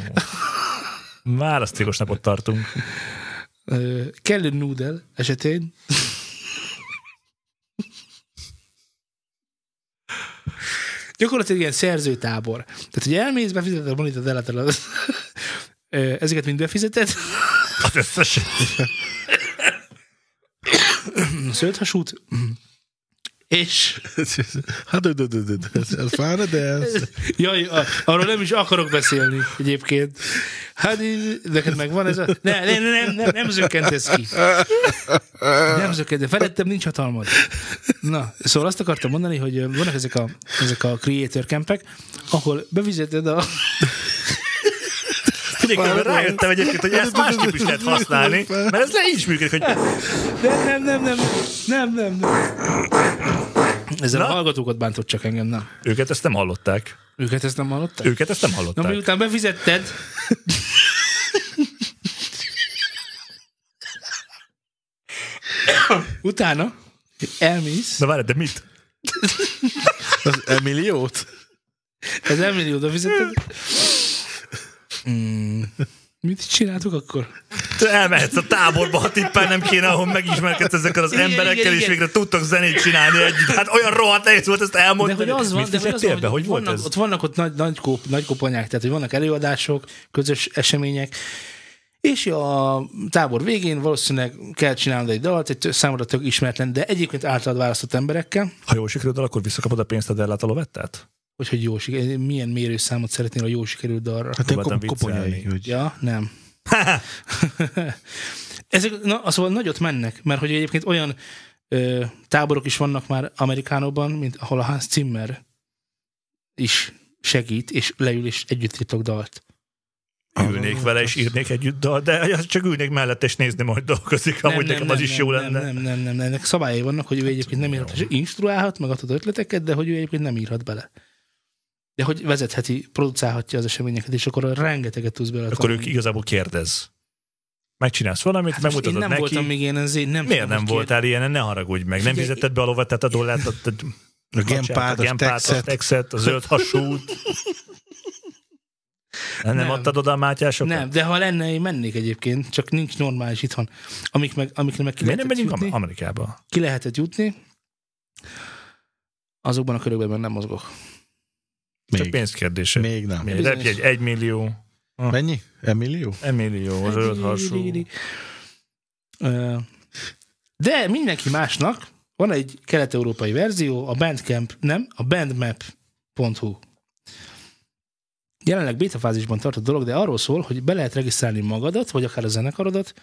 C: Választékos napot tartunk.
B: Ö, kellő noodle esetén gyakorlatilag ilyen szerzőtábor. Tehát, hogy elmész, befizeted a monitot, ellátod a- Ö, ezeket mind befizeted,
C: Az összes.
B: szőtt hasút, és
A: Hát, dö- dö- dö- dö- dö- ez- ez fáradt, de ez...
B: jaj, a- arról nem is akarok beszélni egyébként. Hát, í- neked megvan ez a... Ne, ne, ne, nem, nem, nem zökkent ez ki. Nem zökkent, de felettem nincs hatalmad. Na, szóval azt akartam mondani, hogy ö, vannak ezek a, ezek a creator campek, ahol bevizeted a...
C: Tudjuk, hogy rájöttem egyébként, hogy ezt másképp is lehet használni, mert ez le így is működik, hogy
B: Nem, nem, nem, nem, nem, nem, nem. Ezzel
C: Na?
B: a hallgatókat bántott csak engem, nem.
C: őket ezt nem hallották.
B: Őket ezt nem hallották?
C: Őket ezt nem
B: Na,
C: hallották.
B: miután befizetted, utána elmész,
C: Na várj, de mit?
A: Az Emiliót?
B: az elméli oda fizeted. Mm. Mit is csináltuk akkor?
C: Te elmehetsz a táborba, ha tippán nem kéne, ahol megismerkedsz ezekkel az
B: Igen,
C: emberekkel,
B: igen,
C: és
B: igen.
C: végre tudtok zenét csinálni együtt. Hát olyan rohadt nehéz volt ezt
B: De
C: elmondani.
B: hogy az van,
C: Mit
B: de hogy az
C: fizettél
B: van,
C: be? Hogy volt
B: vannak,
C: ez?
B: ott vannak ott nagy, nagy, kóp, nagy koponyák, tehát hogy vannak előadások, közös események, és a tábor végén valószínűleg kell csinálnod egy dalt, egy tök- számodra tök ismeretlen, de egyébként általad választott emberekkel,
C: Ha jól sikerült, akkor visszakapod a pénzt, a ellát a lovettát?
B: hogy, hogy jó siker, milyen mérőszámot szeretnél a jó sikerült dalra.
A: Hát én
C: Próbáltam
A: kop- koponyai.
C: viccelni.
A: Hogy...
B: Ja, nem. Ezek, na, szóval nagyot mennek, mert hogy egyébként olyan ö, táborok is vannak már Amerikánóban, mint ahol a Hans Zimmer is segít, és leül, és együtt írtok dalt.
C: Ülnék vele, és írnék együtt, de, de hát csak ülnék mellett, és nézni, majd dolgozik, amúgy nekem az is jó
B: nem,
C: lenne. Hát,
B: Nem, nem, nem, nem, ennek szabályai vannak, hogy ő egyébként nem írhat, és instruálhat, meg adhat ötleteket, de hogy ő egyébként nem írhat bele. De hogy vezetheti, producálhatja az eseményeket, és akkor rengeteget tudsz belőle
C: Akkor ők
B: tanulni.
C: igazából kérdez. Megcsinálsz valamit,
B: Hát most én
C: megmutatod
B: nem
C: neki.
B: voltam még ilyen, ezért nem
C: Miért
B: tudom,
C: nem
B: hogy
C: voltál ilyen? Ne haragudj meg. Nem
B: Figyelj,
C: fizetted be a lovettát, a dollárt, a, a,
A: A
C: bocsánat,
A: gempát,
C: a
A: a
C: gempát, a
A: texet.
C: texet, a zöld hasút. Nem, nem
B: Nem.
C: adtad oda a Mátyásokat?
B: Nem, de ha lenne, én mennék egyébként, csak nincs normális itthon. Amik meg, amikre meg ki
C: Miért
B: lehetett,
C: nem megyünk
B: jutni,
C: Am- Amerikába?
B: ki lehetett jutni, azokban a körökben nem mozgok.
C: Csak
A: Még,
C: pénzkérdése.
A: még nem.
C: Miért?
B: Bizonyos.
C: Repjegy, egy millió.
A: Mennyi? Emilió?
C: Egy millió, zöld hasú.
B: Ö, De mindenki másnak van egy kelet-európai verzió, a Bandcamp, nem, a bandmap.hu. Jelenleg beta fázisban tart a dolog, de arról szól, hogy be lehet regisztrálni magadat, vagy akár a zenekarodat,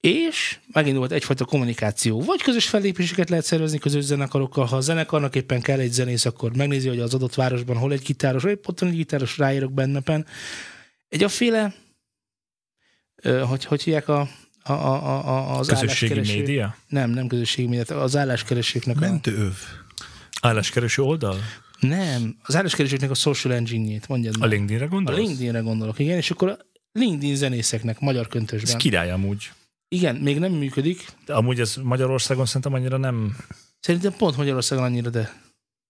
B: és megindult egyfajta kommunikáció. Vagy közös fellépéseket lehet szervezni közös zenekarokkal, ha a zenekarnak éppen kell egy zenész, akkor megnézi, hogy az adott városban hol egy gitáros, vagy ott van egy gitáros, ráírok bennepen. Egy a féle, ö, hogy, hogy hívják a, a, a, a- a, az
C: Közösségi
B: álláskereső-
C: média?
B: Nem, nem közösségi média, az álláskeresőknek a...
A: Mentőöv.
C: Álláskereső oldal?
B: Nem, az álláskeresőknek a social engine-jét, mondjad
C: A
B: meg.
C: LinkedInre
B: A
C: gondolsz?
B: LinkedIn-re gondolok, igen, és akkor a LinkedIn zenészeknek magyar
C: Ez
B: köntösben.
C: király amúgy.
B: Igen, még nem működik.
C: De amúgy ez Magyarországon szerintem annyira nem
B: Szerintem pont Magyarországon annyira, de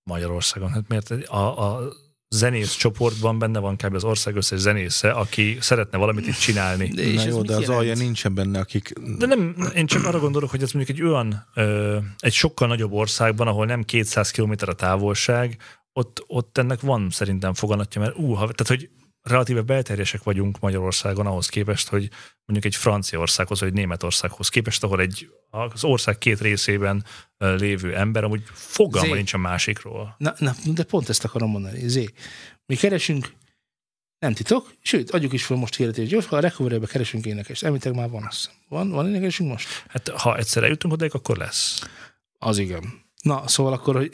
C: Magyarországon. Hát miért? A, a zenész csoportban benne van kb. az ország összes zenésze, aki szeretne valamit itt csinálni.
B: De,
A: Na jó,
B: mit
A: de az
B: jelent?
A: alja nincsen benne, akik...
C: De nem, én csak arra gondolok, hogy ez mondjuk egy olyan, ö, egy sokkal nagyobb országban, ahol nem 200 km a távolság, ott, ott ennek van szerintem foganatja, mert ú, ha, tehát hogy relatíve belterjesek vagyunk Magyarországon ahhoz képest, hogy mondjuk egy Franciaországhoz, vagy egy Németországhoz képest, ahol egy az ország két részében ö, lévő ember amúgy fogalma
B: Zé.
C: nincs a másikról.
B: Na, na, de pont ezt akarom mondani. Zé, mi keresünk, nem titok, sőt, adjuk is fel most hirdetést, hogy jó, ha a recovery keresünk énekest. Említek már van, azt hiszem. Van, van énekesünk most?
C: Hát ha egyszer eljutunk odáig, akkor lesz.
B: Az igen. Na, szóval akkor, hogy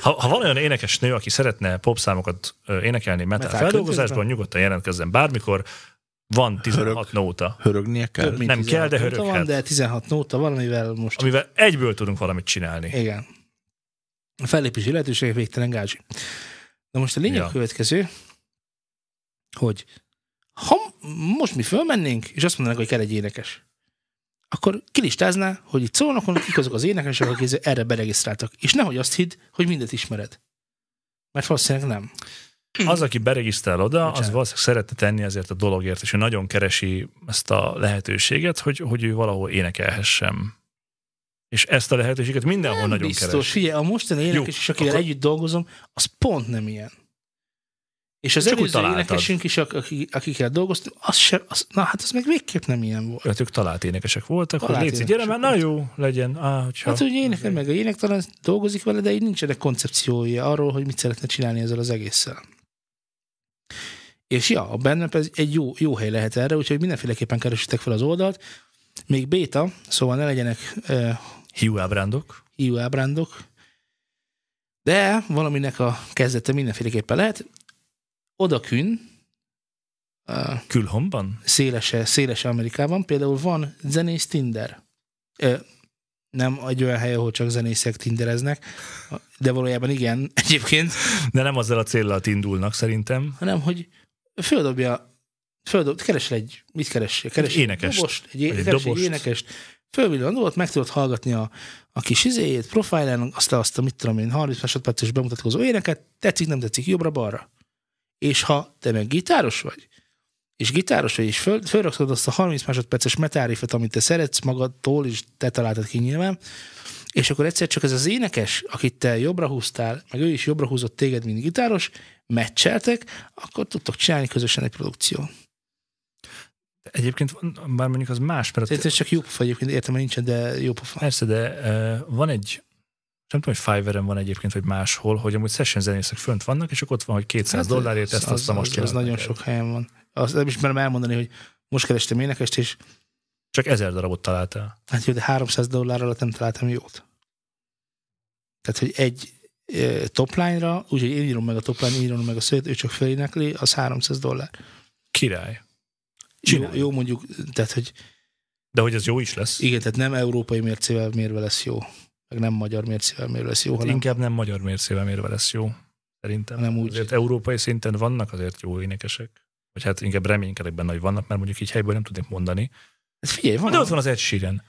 C: Ha, ha van olyan énekes nő, aki szeretne popszámokat ö, énekelni metal,
B: Metal
C: feldolgozásban,
B: köntösben?
C: nyugodtan jelentkezzen bármikor. Van 16 nóta,
A: Hörögnie kell?
B: több mint
C: Nem kell,
B: 16
C: de
B: nóta van,
C: höröghet.
B: de 16 nóta van, amivel most...
C: amivel egyből tudunk valamit csinálni.
B: Igen. A fellépési lehetőségek végtelen gázsi. Na most a lényeg
C: Ja.
B: ja. következő, hogy ha most mi fölmennénk, és azt mondanák, hogy kell egy énekes, akkor kilistázná, hogy itt szólnakon kik azok az énekesek, akik erre beregisztráltak. És nehogy azt hidd, hogy mindet ismered. Mert valószínűleg nem.
C: Az, aki beregisztrál oda, az
B: Bocsánat.
C: valószínűleg szeretne tenni ezért a dologért, és ő nagyon keresi ezt a lehetőséget, hogy, hogy ő valahol énekelhessen. És ezt a lehetőséget mindenhol
B: nem
C: nagyon
B: biztos.
C: keres.
B: Figyelj, a mostani énekes is, akivel
C: akkor-
B: együtt dolgozom, az pont nem ilyen. És az
C: Csak úgy
B: előző
C: találtad.
B: énekesünk is, ak- akik- akikkel dolgoztam, az sem, az, na hát az meg végképp nem ilyen volt.
C: Hát Ők talált énekesek voltak,
B: Talált
C: hogy létszik, gyere
B: énekesek
C: már, na jó, legyen. Á, hogyha...
B: Hát ugye énekel meg a énektalan, dolgozik vele, de így nincsenek koncepciója arról, hogy mit szeretne csinálni ezzel az egésszel. És ja, a bennep ez egy jó, jó hely lehet erre, úgyhogy mindenféleképpen keresitek fel az oldalt. Még béta, szóval ne legyenek uh,
C: Hiú ábrándok.
B: hiú ábrándok, de valaminek a kezdete mindenféleképpen lehet. Odakün, uh,
C: Külhomban?
B: szélese, szélese Amerikában. Például van zenész Tinder. Ö, nem egy olyan hely, ahol csak zenészek tindereznek, de valójában igen egyébként,
C: De nem azzal a céllal indulnak szerintem.
B: hanem hogy földobja, földob, keresel egy, mit keres? keres
C: énekest,
B: Dobost, egy,
C: vagy
B: egy,
C: egy
B: keres egy
C: dobost.
B: énekest, fölvillan volt, meg tudod hallgatni a, a kis izéjét, profilán, azt a, azt a, mit tudom én, 30 másodperces bemutatkozó éneket, tetszik, nem tetszik, jobbra-balra. És ha te meg gitáros vagy, és gitáros vagy, és föl, fölrakszod azt a 30 másodperces metárifet, amit te szeretsz magadtól, és te találtad ki nyilván, és akkor egyszer csak ez az énekes, akit te jobbra húztál, meg ő is jobbra húzott téged, mint gitáros, meccseltek, akkor tudtok csinálni közösen egy produkciót.
C: Egyébként van- bár mondjuk az más, mert
B: Szerintem ez csak jó pofa egyébként, értem, hogy nincsen, de jó pofa.
C: Persze, de uh, van egy, nem tudom, hogy Fiverr-en van egyébként, vagy máshol, hogy amúgy session zenészek fönt vannak, és akkor ott van, hogy 200
B: Hát,
C: dollárért ezt
B: az-
C: azt
B: az,
C: most
B: az
C: jelent
B: nagyon
C: neked.
B: sok helyen van. Azt nem is merem elmondani, hogy most kerestem énekest, és
C: Csak ezer darabot találtál.
B: hát jó, de 300 dollár alatt nem találtam jót. Tehát, hogy egy eh, toplányra, úgyhogy én írom meg a toplány, én írom meg a szöveget, ő csak felénekli, az 300 dollár.
C: Király.
B: Jó,
C: Csináljuk.
B: jó, mondjuk, tehát, hogy
C: De hogy ez jó is lesz.
B: igen, tehát nem európai mércével mérve lesz jó, meg nem magyar mércével mérve lesz jó,
C: Hát
B: hanem
C: Inkább nem magyar mércével mérve lesz jó. Szerintem.
B: Nem úgy.
C: Azért európai szinten vannak azért jó énekesek. Vagy hát inkább reménykedek benne, hogy vannak, mert mondjuk így helyből nem tudnék mondani.
B: Hát figyelj, van,
C: De ott van az egy síren.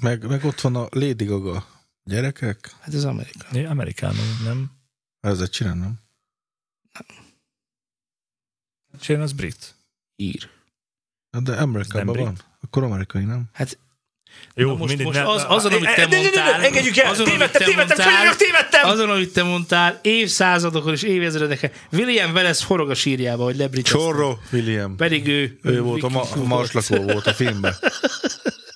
A: Meg, meg ott van a Lady Gaga. Gyerekek?
B: Hát ez Amerika.
C: Amerikánul, nem?
A: Ezzel csinálom.
C: Síren az brit.
B: Ír.
A: Hát De Amerikában
C: brit.
A: van. Akkor amerikai, nem?
C: Jó,
B: Na most-
C: mindig
B: most
C: ne-
B: az- azon, amit te
C: Ne- ne- ne- ne- ne-
B: mondtál,
C: Engedjük el!
B: azon, amit
C: Tévedtem,
B: te
C: tévedtem,
B: mondtál,
C: könyörgök, tévedtem!
B: Azon, amit te mondtál, évszázadokon és évezredeken, William Wallace forog a sírjába, hogy lebrit.
A: William.
B: Pedig ő.
A: Ő volt a, ma,
B: viking
A: a marslakó volt a filmben.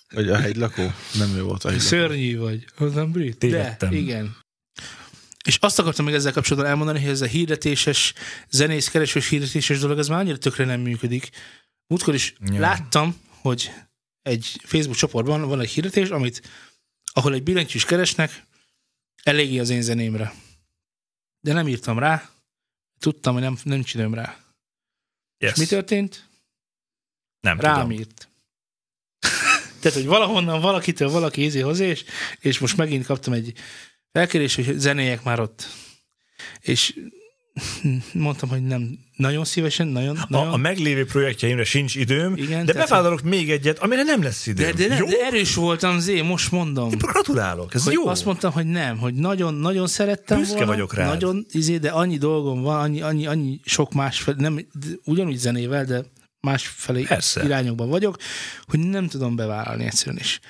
A: Vagy a hegylakó? Nem ő volt a hegylakó.
B: Szörnyű vagy. Az nem brit?
C: Tévedtem.
B: De, igen. És azt akartam még ezzel kapcsolatban elmondani, hogy ez a hirdetéses, zenész, keresős hirdetéses dolog, ez már annyira tökre nem működik. Múltkor is
C: Ja.
B: ja. láttam, hogy egy Facebook csoportban van egy hirdetés, amit, ahol egy billentyűs keresnek, eléggé az én zenémre. De nem írtam rá, tudtam, hogy nem, nem csinálom rá.
C: Yes.
B: És mi történt?
C: Nem
B: Rám
C: tudom.
B: írt. Tehát, hogy valahonnan, valakitől valaki ízi hozzá, és, és most megint kaptam egy felkérés, hogy zenéjek már ott. És mondtam, hogy nem nagyon szívesen, nagyon,
C: A,
B: nagyon.
C: a meglévő projektjeimre sincs időm,
B: Igen,
C: de
B: tehát-
C: bevállalok még egyet, amire nem lesz
B: de,
C: időm.
B: de, nem,
C: Jó?
B: de erős voltam, Zé, most mondom.
C: Gratulálok, ez
B: Hogy
C: jó.
B: Azt mondtam, hogy nem, hogy nagyon, nagyon szerettem
C: Büszke
B: volna,
C: vagyok rád.
B: Nagyon, izé, de annyi dolgom van, annyi, annyi, annyi sok más, fel- nem de ugyanúgy zenével, de másfelé
C: Persze.
B: irányokban vagyok, hogy nem tudom bevállalni egyszerűen is.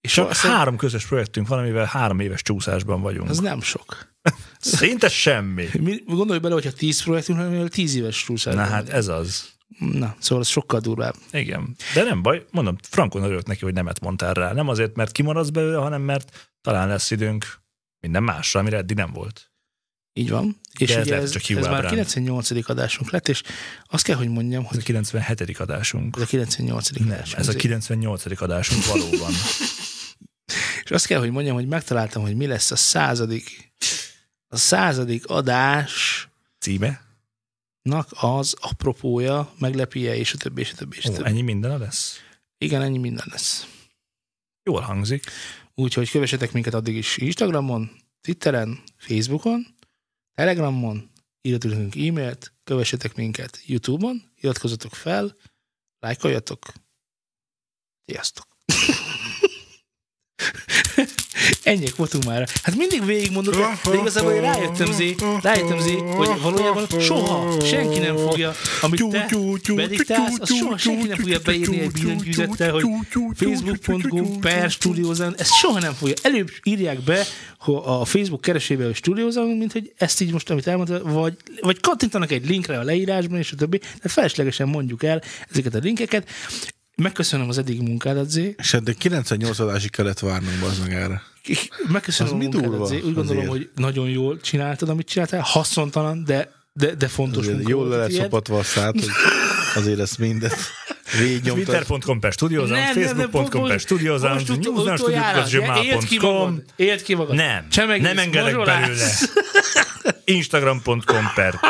B: És
C: Csak
B: valószínűleg-
C: három közös projektünk van, amivel három éves csúszásban vagyunk.
B: Az nem sok.
C: Szinte semmi.
B: Mi, gondolj bele, hogyha 10 projektünk van, amivel 10 éves túlszár.
C: Na hát ez az.
B: Na, szóval ez sokkal durvább.
C: Igen. De nem baj, mondom, frankon örülök neki, hogy nemet mondtál rá. Nem azért, mert kimaradsz belőle, hanem mert talán lesz időnk minden másra, amire eddig nem volt.
B: Így van. És
C: ez
B: ugye
C: lehet
B: ez,
C: csak
B: ez,
C: jó
B: már
C: ábrán.
B: 98. adásunk lett, és azt kell, hogy mondjam,
C: Ez a
B: hogy
C: 97. adásunk.
B: ez a 98.
C: Nem,
B: adásunk.
C: ez a
B: azért.
C: 98. adásunk valóban.
B: És azt kell, hogy mondjam, hogy megtaláltam, hogy mi lesz a századik, a századik adásnak
C: Címe?
B: az apropója, meglepije, és a többi, és a többi, és a
C: Ó,
B: többi.
C: ennyi minden lesz?
B: Igen, ennyi minden lesz.
C: Jól hangzik.
B: Úgyhogy kövessetek minket addig is Instagramon, Twitteren, Facebookon, Telegramon, írjatok nekünk e-mailt, kövessetek minket YouTube-on, iratkozzatok fel, lájkoljatok. Sziasztok! Ennyiek voltunk már. Hát mindig végigmondod, de- de igazából én rájöttem Zé, rájöttem Zé, hogy valójában soha senki nem fogja, amit te bediktálsz, azt soha senki nem fogja beírni egy billentyűzettel, hogy facebook.com per Studiozan, ezt soha nem fogja. Előbb írják be ha a Facebook keresébe, hogy Studiozan, mint hogy ezt így most, amit elmondtál, vagy, vagy kattintanak egy linkre a leírásban, és a többi. Tehát feleslegesen mondjuk el ezeket a linkeket. Megköszönöm az eddigi munkádat, Zé.
A: És eddig 98 adásig kellett várnunk az meg erre.
B: Megköszönöm
A: Az
B: a
A: mi
B: munkádat,
A: durva,
B: Zé. Úgy
A: azért.
B: gondolom, hogy nagyon jól csináltad, amit csináltál. Haszontalan, de, de, de fontos
A: Azért
B: munka
A: jól
B: volt,
A: le lett
B: tehát ilyet.
A: szopatva a szát, hogy azért ezt mindet végignyomtad.
C: Twitter.com per studiozám, Facebook.com per studiozám,
B: Most ut- utoljára, ne? Éld ki
C: newsnars.com
B: magad, éld ki magad.
C: Nem,
B: Csemegész,
C: nem engedek
B: mazsolás.
C: Instagram.com per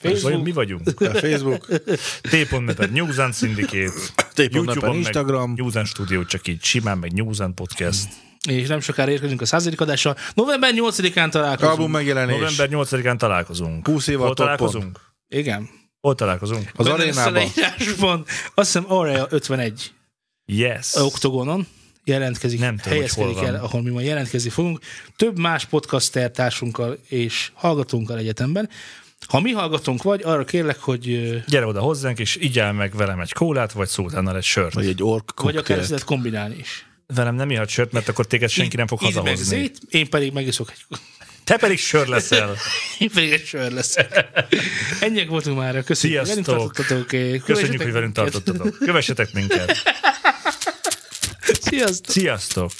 C: Ez vajon mi
B: Facebook,
C: vagyunk?
A: A Facebook,
C: T.me per News and Syndicate, YouTube-on meg
A: Instagram.
C: News and Studio, csak így simán, meg News and Podcast.
B: és nem sokára érkezünk a századik adással. November 8-án
A: album
B: találkozunk.
A: megjelenés.
C: November 8-án találkozunk.
A: 20 év a
C: Hol
A: toppon.
C: találkozunk?
B: Igen.
C: Hol találkozunk?
A: Az
B: Benne lesz a
A: arénában.
B: leírásban. Azt hiszem Aurea 51
C: Yes.
B: a Oktogonon jelentkezik,
C: Nem
B: nem
C: tudom,
B: tudom,
C: hogy hol
B: helyezkedik el,
C: van.
B: ahol mi majd jelentkezni fogunk. Több más podcaster társunkkal és hallgatónkkal egyetemben. Ha mi hallgatónk vagy, arra kérlek, hogy ö,
C: Gyere oda hozzánk, és igyál meg velem egy kólát, vagy szótánnal egy sört.
A: Vagy egy ork
B: vagy akár ezt
A: koktélt.
B: lehet kombinálni is.
C: Velem nem ihat sört, mert akkor téged senki nem fog
B: Ízd meg
C: hazahozni.
B: zét, én pedig megiszok egy
C: Te pedig sör leszel.
B: Én pedig egy sör leszek. Ennyiek voltunk már. Köszönjük, hogy velünk
C: Sziasztok.
B: tartottatok. eh,
C: Köszönjük, hogy velünk tartottatok. Kövessetek minket.
B: Sziasztok.
C: Sziasztok!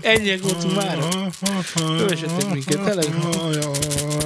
B: Ennyiek voltunk már. Kövessetek minket. Tényleg.